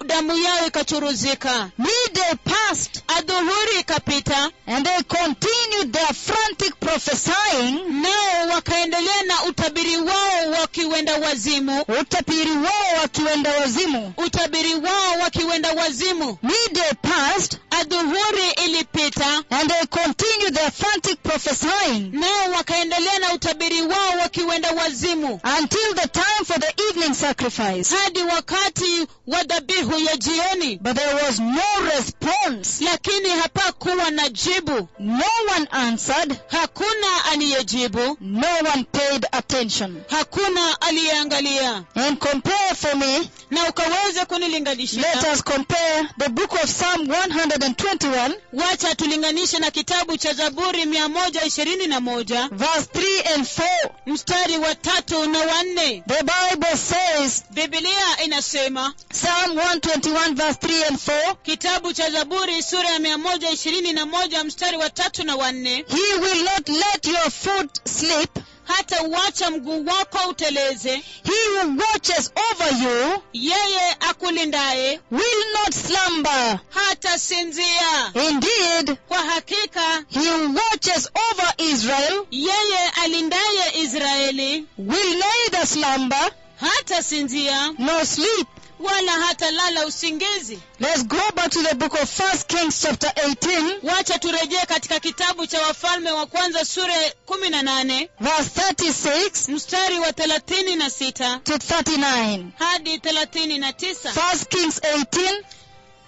[SPEAKER 2] damu yao ikachuruzika
[SPEAKER 1] Midday passed
[SPEAKER 2] adhuhuri ikapita
[SPEAKER 1] and they continued their frantic prophesying.
[SPEAKER 2] nao wakaendelea na utabiri wao wakiwenda wazimu
[SPEAKER 1] Utapiri wao wakienda wazimu.
[SPEAKER 2] utabiri wao wakiwenda wazimu
[SPEAKER 1] Midday passed
[SPEAKER 2] adhuhuri ilipita
[SPEAKER 1] and they continued their frantic prophesying
[SPEAKER 2] nao wakaendelea na utabiri wao wakiwenda wazimu
[SPEAKER 1] until the time for the evening sacrifice.
[SPEAKER 2] hadi wakati wa dhabihu ya jioni
[SPEAKER 1] But there was no response.
[SPEAKER 2] lakini hapakuwa na jibu
[SPEAKER 1] No one answered.
[SPEAKER 2] hakuna aliyejibu
[SPEAKER 1] No one paid attention.
[SPEAKER 2] hakuna aliyeangalia
[SPEAKER 1] And compare for me,
[SPEAKER 2] na ukaweze kunilinganisha
[SPEAKER 1] let us compare the book of Psalm 121,
[SPEAKER 2] wacha tulinganishe na kitabu cha zaburi 121
[SPEAKER 1] verse 3 and 4.
[SPEAKER 2] mstari wa tatu na wa nne
[SPEAKER 1] The Bible says,
[SPEAKER 2] bibilia inasema
[SPEAKER 1] Psalm 121, verse 3 and 4,
[SPEAKER 2] kitabu cha zaburi sura ya 121 mstari wa tatu na wa nne
[SPEAKER 1] He will not let your foot slip.
[SPEAKER 2] hata uacha mguu wako uteleze
[SPEAKER 1] He who watches over you
[SPEAKER 2] yeye akulindaye
[SPEAKER 1] will not slumber.
[SPEAKER 2] hata sinzia
[SPEAKER 1] Indeed,
[SPEAKER 2] kwa hakika
[SPEAKER 1] he who watches over Israel
[SPEAKER 2] yeye alindaye israeli
[SPEAKER 1] will neither slumber
[SPEAKER 2] hata sinzia
[SPEAKER 1] nor sleep.
[SPEAKER 2] wala hata lala usingizi
[SPEAKER 1] Let's go back to the book of First Kings chapter 18,
[SPEAKER 2] wacha turejee katika kitabu cha wafalme wa kwanza sura ya kumi na nane
[SPEAKER 1] verse 36
[SPEAKER 2] mstari wa thelathini na sita
[SPEAKER 1] to 39.
[SPEAKER 2] hadi thelathini na tisa
[SPEAKER 1] First Kings 18,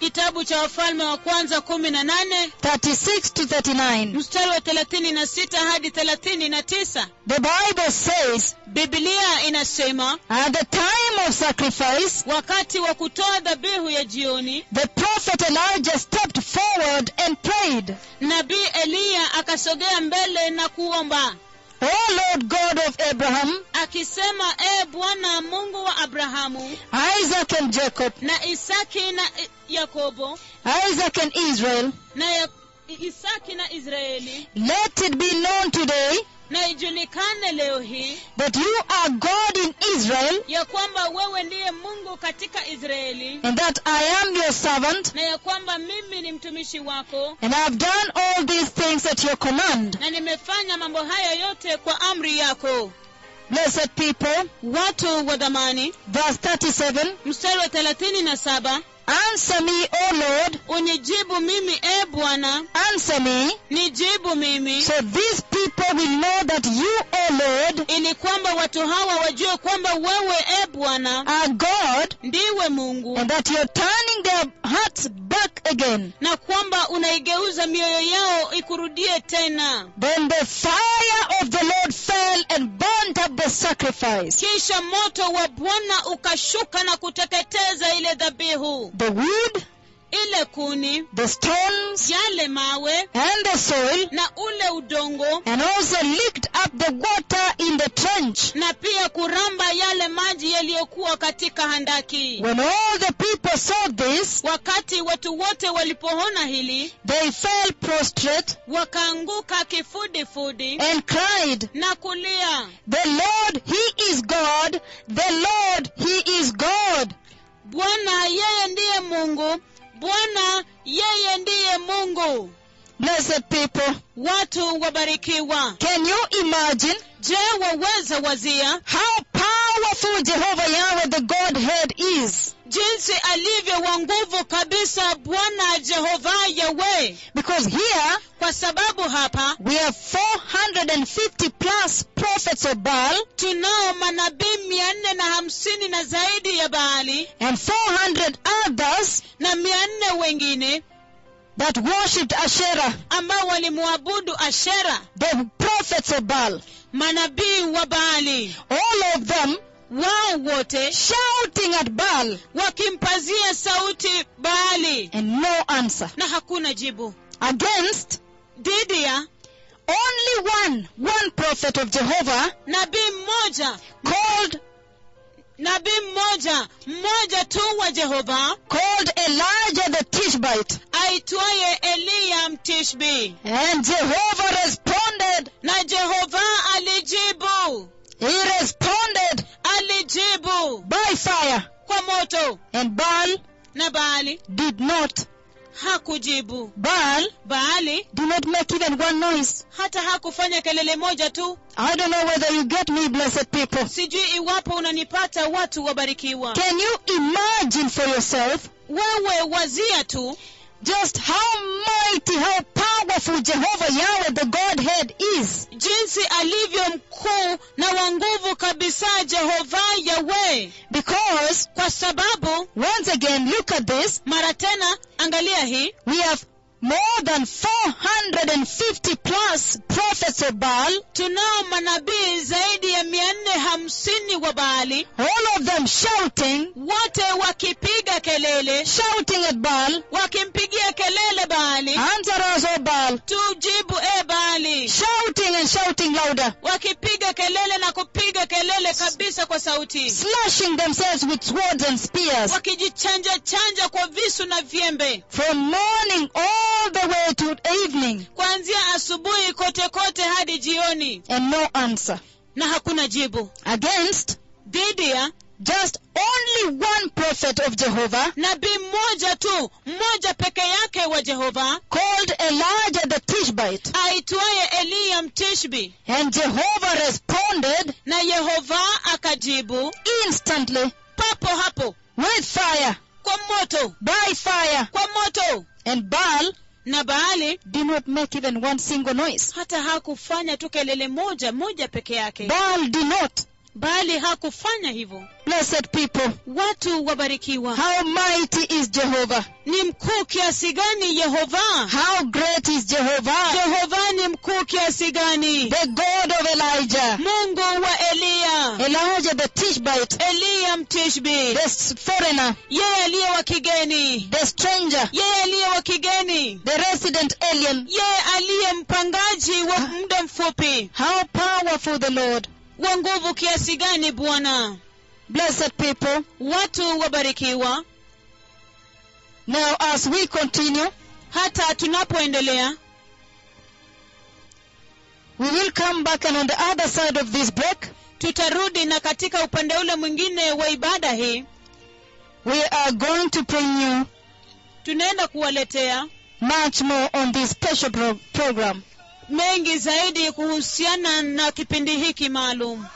[SPEAKER 2] kitabu cha wafalme wa kwanza kumi na nane
[SPEAKER 1] 36 to 39.
[SPEAKER 2] mstari wa thelathini na sita hadi thelathini na tisa
[SPEAKER 1] The Bible says,
[SPEAKER 2] biblia inasema
[SPEAKER 1] At the time of sacrifice,
[SPEAKER 2] wakati wa kutoa dhabihu ya jioni
[SPEAKER 1] the prophet Elijah stepped forward and prayed,
[SPEAKER 2] nabii eliya akasogea mbele na kuomba
[SPEAKER 1] O Lord God of Abraham,
[SPEAKER 2] akisema ee bwana mungu wa abrahamu
[SPEAKER 1] Isaac and Jacob,
[SPEAKER 2] na isaki na I- yakobo
[SPEAKER 1] Isaac and Israel,
[SPEAKER 2] na ya, isaki na israeli
[SPEAKER 1] let it be known today
[SPEAKER 2] na ijulikane leo hii
[SPEAKER 1] that you are God in Israel
[SPEAKER 2] ya kwamba wewe ndiye mungu katika israeli
[SPEAKER 1] and that I am your servant
[SPEAKER 2] na ya kwamba mimi ni mtumishi wako
[SPEAKER 1] and I have done all these things at your command.
[SPEAKER 2] na nimefanya mambo haya yote kwa amri yako
[SPEAKER 1] Blessed people,
[SPEAKER 2] watu wa dhamani
[SPEAKER 1] verse 37,
[SPEAKER 2] mstari wa thelathini na saba
[SPEAKER 1] answer me, O Lord,
[SPEAKER 2] unijibu mimi e bwana
[SPEAKER 1] answer me,
[SPEAKER 2] nijibu mimi
[SPEAKER 1] so these people will know that you, O Lord,
[SPEAKER 2] ili kwamba watu hawa wajue kwamba wewe e bwana
[SPEAKER 1] are God
[SPEAKER 2] ndiwe mungu
[SPEAKER 1] and that you're turning their hearts back again.
[SPEAKER 2] na kwamba unaigeuza mioyo yao ikurudie tena
[SPEAKER 1] Then the fire of the Lord fell and burnt up the sacrifice.
[SPEAKER 2] kisha moto wa bwana ukashuka na kuteketeza ile dhabihu
[SPEAKER 1] The wood,
[SPEAKER 2] ile kuni
[SPEAKER 1] the stones,
[SPEAKER 2] yale mawe
[SPEAKER 1] and the soil,
[SPEAKER 2] na ule udongo
[SPEAKER 1] and also licked up the water in the trench.
[SPEAKER 2] na pia kuramba yale maji yaliyokuwa katika handaki
[SPEAKER 1] When all the people saw this,
[SPEAKER 2] wakati watu wote walipoona hili
[SPEAKER 1] they fell prostrate
[SPEAKER 2] wakaanguka kifudifudi
[SPEAKER 1] and cried,
[SPEAKER 2] na kulia
[SPEAKER 1] The Lord, He is God! The Lord, He is God!
[SPEAKER 2] bwana yeye ndiye mungu bwana yeye ndiye mungu
[SPEAKER 1] Blessed people,
[SPEAKER 2] watu wabarikiwa
[SPEAKER 1] can you imagine
[SPEAKER 2] je waweza wazia
[SPEAKER 1] how powerful Jehovah Yahweh the Godhead is?
[SPEAKER 2] jinsi alivyo wa nguvu kabisa bwana jehova yawe
[SPEAKER 1] Because here
[SPEAKER 2] kwa sababu hapa
[SPEAKER 1] we have 450 plus prophets of Baal
[SPEAKER 2] tunao manabii mia nne na hamsini na zaidi ya baali
[SPEAKER 1] and 400 others
[SPEAKER 2] na mia nne wengine
[SPEAKER 1] that worshipped Asherah,
[SPEAKER 2] ambao walimwabudu ashera
[SPEAKER 1] the prophets of Baal.
[SPEAKER 2] manabii wa baali
[SPEAKER 1] All of them
[SPEAKER 2] wao wote
[SPEAKER 1] shouting at Baal
[SPEAKER 2] wakimpazia sauti baali
[SPEAKER 1] and no answer.
[SPEAKER 2] na hakuna jibu
[SPEAKER 1] Against
[SPEAKER 2] dhidi ya
[SPEAKER 1] only one, one prophet of Jehovah
[SPEAKER 2] nabii mmoja
[SPEAKER 1] called
[SPEAKER 2] nabii mmoja mmoja tu wa jehova
[SPEAKER 1] called Elijah the Tishbite.
[SPEAKER 2] aitwaye eliya mtishbi
[SPEAKER 1] And Jehovah responded.
[SPEAKER 2] na jehova alijibu
[SPEAKER 1] He responded
[SPEAKER 2] alijibu
[SPEAKER 1] by fire.
[SPEAKER 2] kwa moto
[SPEAKER 1] And Baal
[SPEAKER 2] na baali
[SPEAKER 1] did not.
[SPEAKER 2] hakujibu
[SPEAKER 1] Baal
[SPEAKER 2] baali
[SPEAKER 1] did not make even one noise.
[SPEAKER 2] hata hakufanya kelele moja tu
[SPEAKER 1] I don't know whether you get me, blessed people.
[SPEAKER 2] sijui iwapo unanipata watu wabarikiwa
[SPEAKER 1] Can you imagine for yourself
[SPEAKER 2] wewe wazia tu
[SPEAKER 1] just how mighty, how powerful Jehovah Yahweh, the Godhead, is?
[SPEAKER 2] jinsi alivyo mkuu na wa nguvu kabisa jehova yawe
[SPEAKER 1] Because,
[SPEAKER 2] kwa sababu
[SPEAKER 1] once again, look at this.
[SPEAKER 2] mara tena angalia hii
[SPEAKER 1] We have more than 450 plus prophets of Baal.
[SPEAKER 2] tunao manabii zaidi ya mia nne hamsini wa baali
[SPEAKER 1] All of them shouting,
[SPEAKER 2] wote wakipiga kelele
[SPEAKER 1] shouting at Baal.
[SPEAKER 2] wakimpigia kelele baali
[SPEAKER 1] Answer us, O Baal.
[SPEAKER 2] tujibu e baali
[SPEAKER 1] Shouting and shouting louder.
[SPEAKER 2] wakipiga kelele na kupiga kelele kabisa kwa sauti
[SPEAKER 1] Slashing themselves with swords and spears.
[SPEAKER 2] wakijichanja chanja kwa visu na vyembe
[SPEAKER 1] From morning all the way to evening.
[SPEAKER 2] kuanzia asubuhi kote kote hadi jioni
[SPEAKER 1] And no answer.
[SPEAKER 2] na hakuna jibu
[SPEAKER 1] Against
[SPEAKER 2] dhidi ya
[SPEAKER 1] just only one prophet of Jehovah
[SPEAKER 2] nabii mmoja tu mmoja peke yake wa jehova
[SPEAKER 1] called Elijah the Tishbite.
[SPEAKER 2] aitwaye eliya mtishbi
[SPEAKER 1] And Jehovah responded
[SPEAKER 2] na yehova akajibu
[SPEAKER 1] instantly
[SPEAKER 2] papo hapo
[SPEAKER 1] with fire,
[SPEAKER 2] kwa moto
[SPEAKER 1] by fire.
[SPEAKER 2] kwa moto
[SPEAKER 1] And Baal
[SPEAKER 2] na baali
[SPEAKER 1] did not make even one single noise.
[SPEAKER 2] hata hakufanya tu kelele moja moja peke yake
[SPEAKER 1] Baal did not.
[SPEAKER 2] bali hakufanya hivyo
[SPEAKER 1] Blessed people,
[SPEAKER 2] watu wabarikiwa
[SPEAKER 1] how mighty is Jehovah?
[SPEAKER 2] ni mkuu kiasi gani yehova
[SPEAKER 1] How great is Jehovah?
[SPEAKER 2] yehova ni mkuu kiasi gani
[SPEAKER 1] The God of Elijah.
[SPEAKER 2] mungu wa eliya
[SPEAKER 1] Elijah the Tishbite,
[SPEAKER 2] eliya mtishbi
[SPEAKER 1] the s- foreigner,
[SPEAKER 2] yeye aliye wa kigeni
[SPEAKER 1] the stranger,
[SPEAKER 2] yeye aliye wa kigeni
[SPEAKER 1] the resident alien.
[SPEAKER 2] yeye aliye mpangaji wa muda mfupi
[SPEAKER 1] How powerful the Lord.
[SPEAKER 2] wa nguvu kiasi gani bwana
[SPEAKER 1] Blessed people,
[SPEAKER 2] watu wabarikiwa
[SPEAKER 1] now as we continue,
[SPEAKER 2] hata tunapoendelea
[SPEAKER 1] we will come back and on the other side of this break,
[SPEAKER 2] tutarudi na katika upande ule mwingine wa ibada hii
[SPEAKER 1] we are going to bring you
[SPEAKER 2] tunaenda kuwaletea
[SPEAKER 1] much more on this special pro- program.
[SPEAKER 2] mengi zaidi kuhusiana na kipindi hiki maalum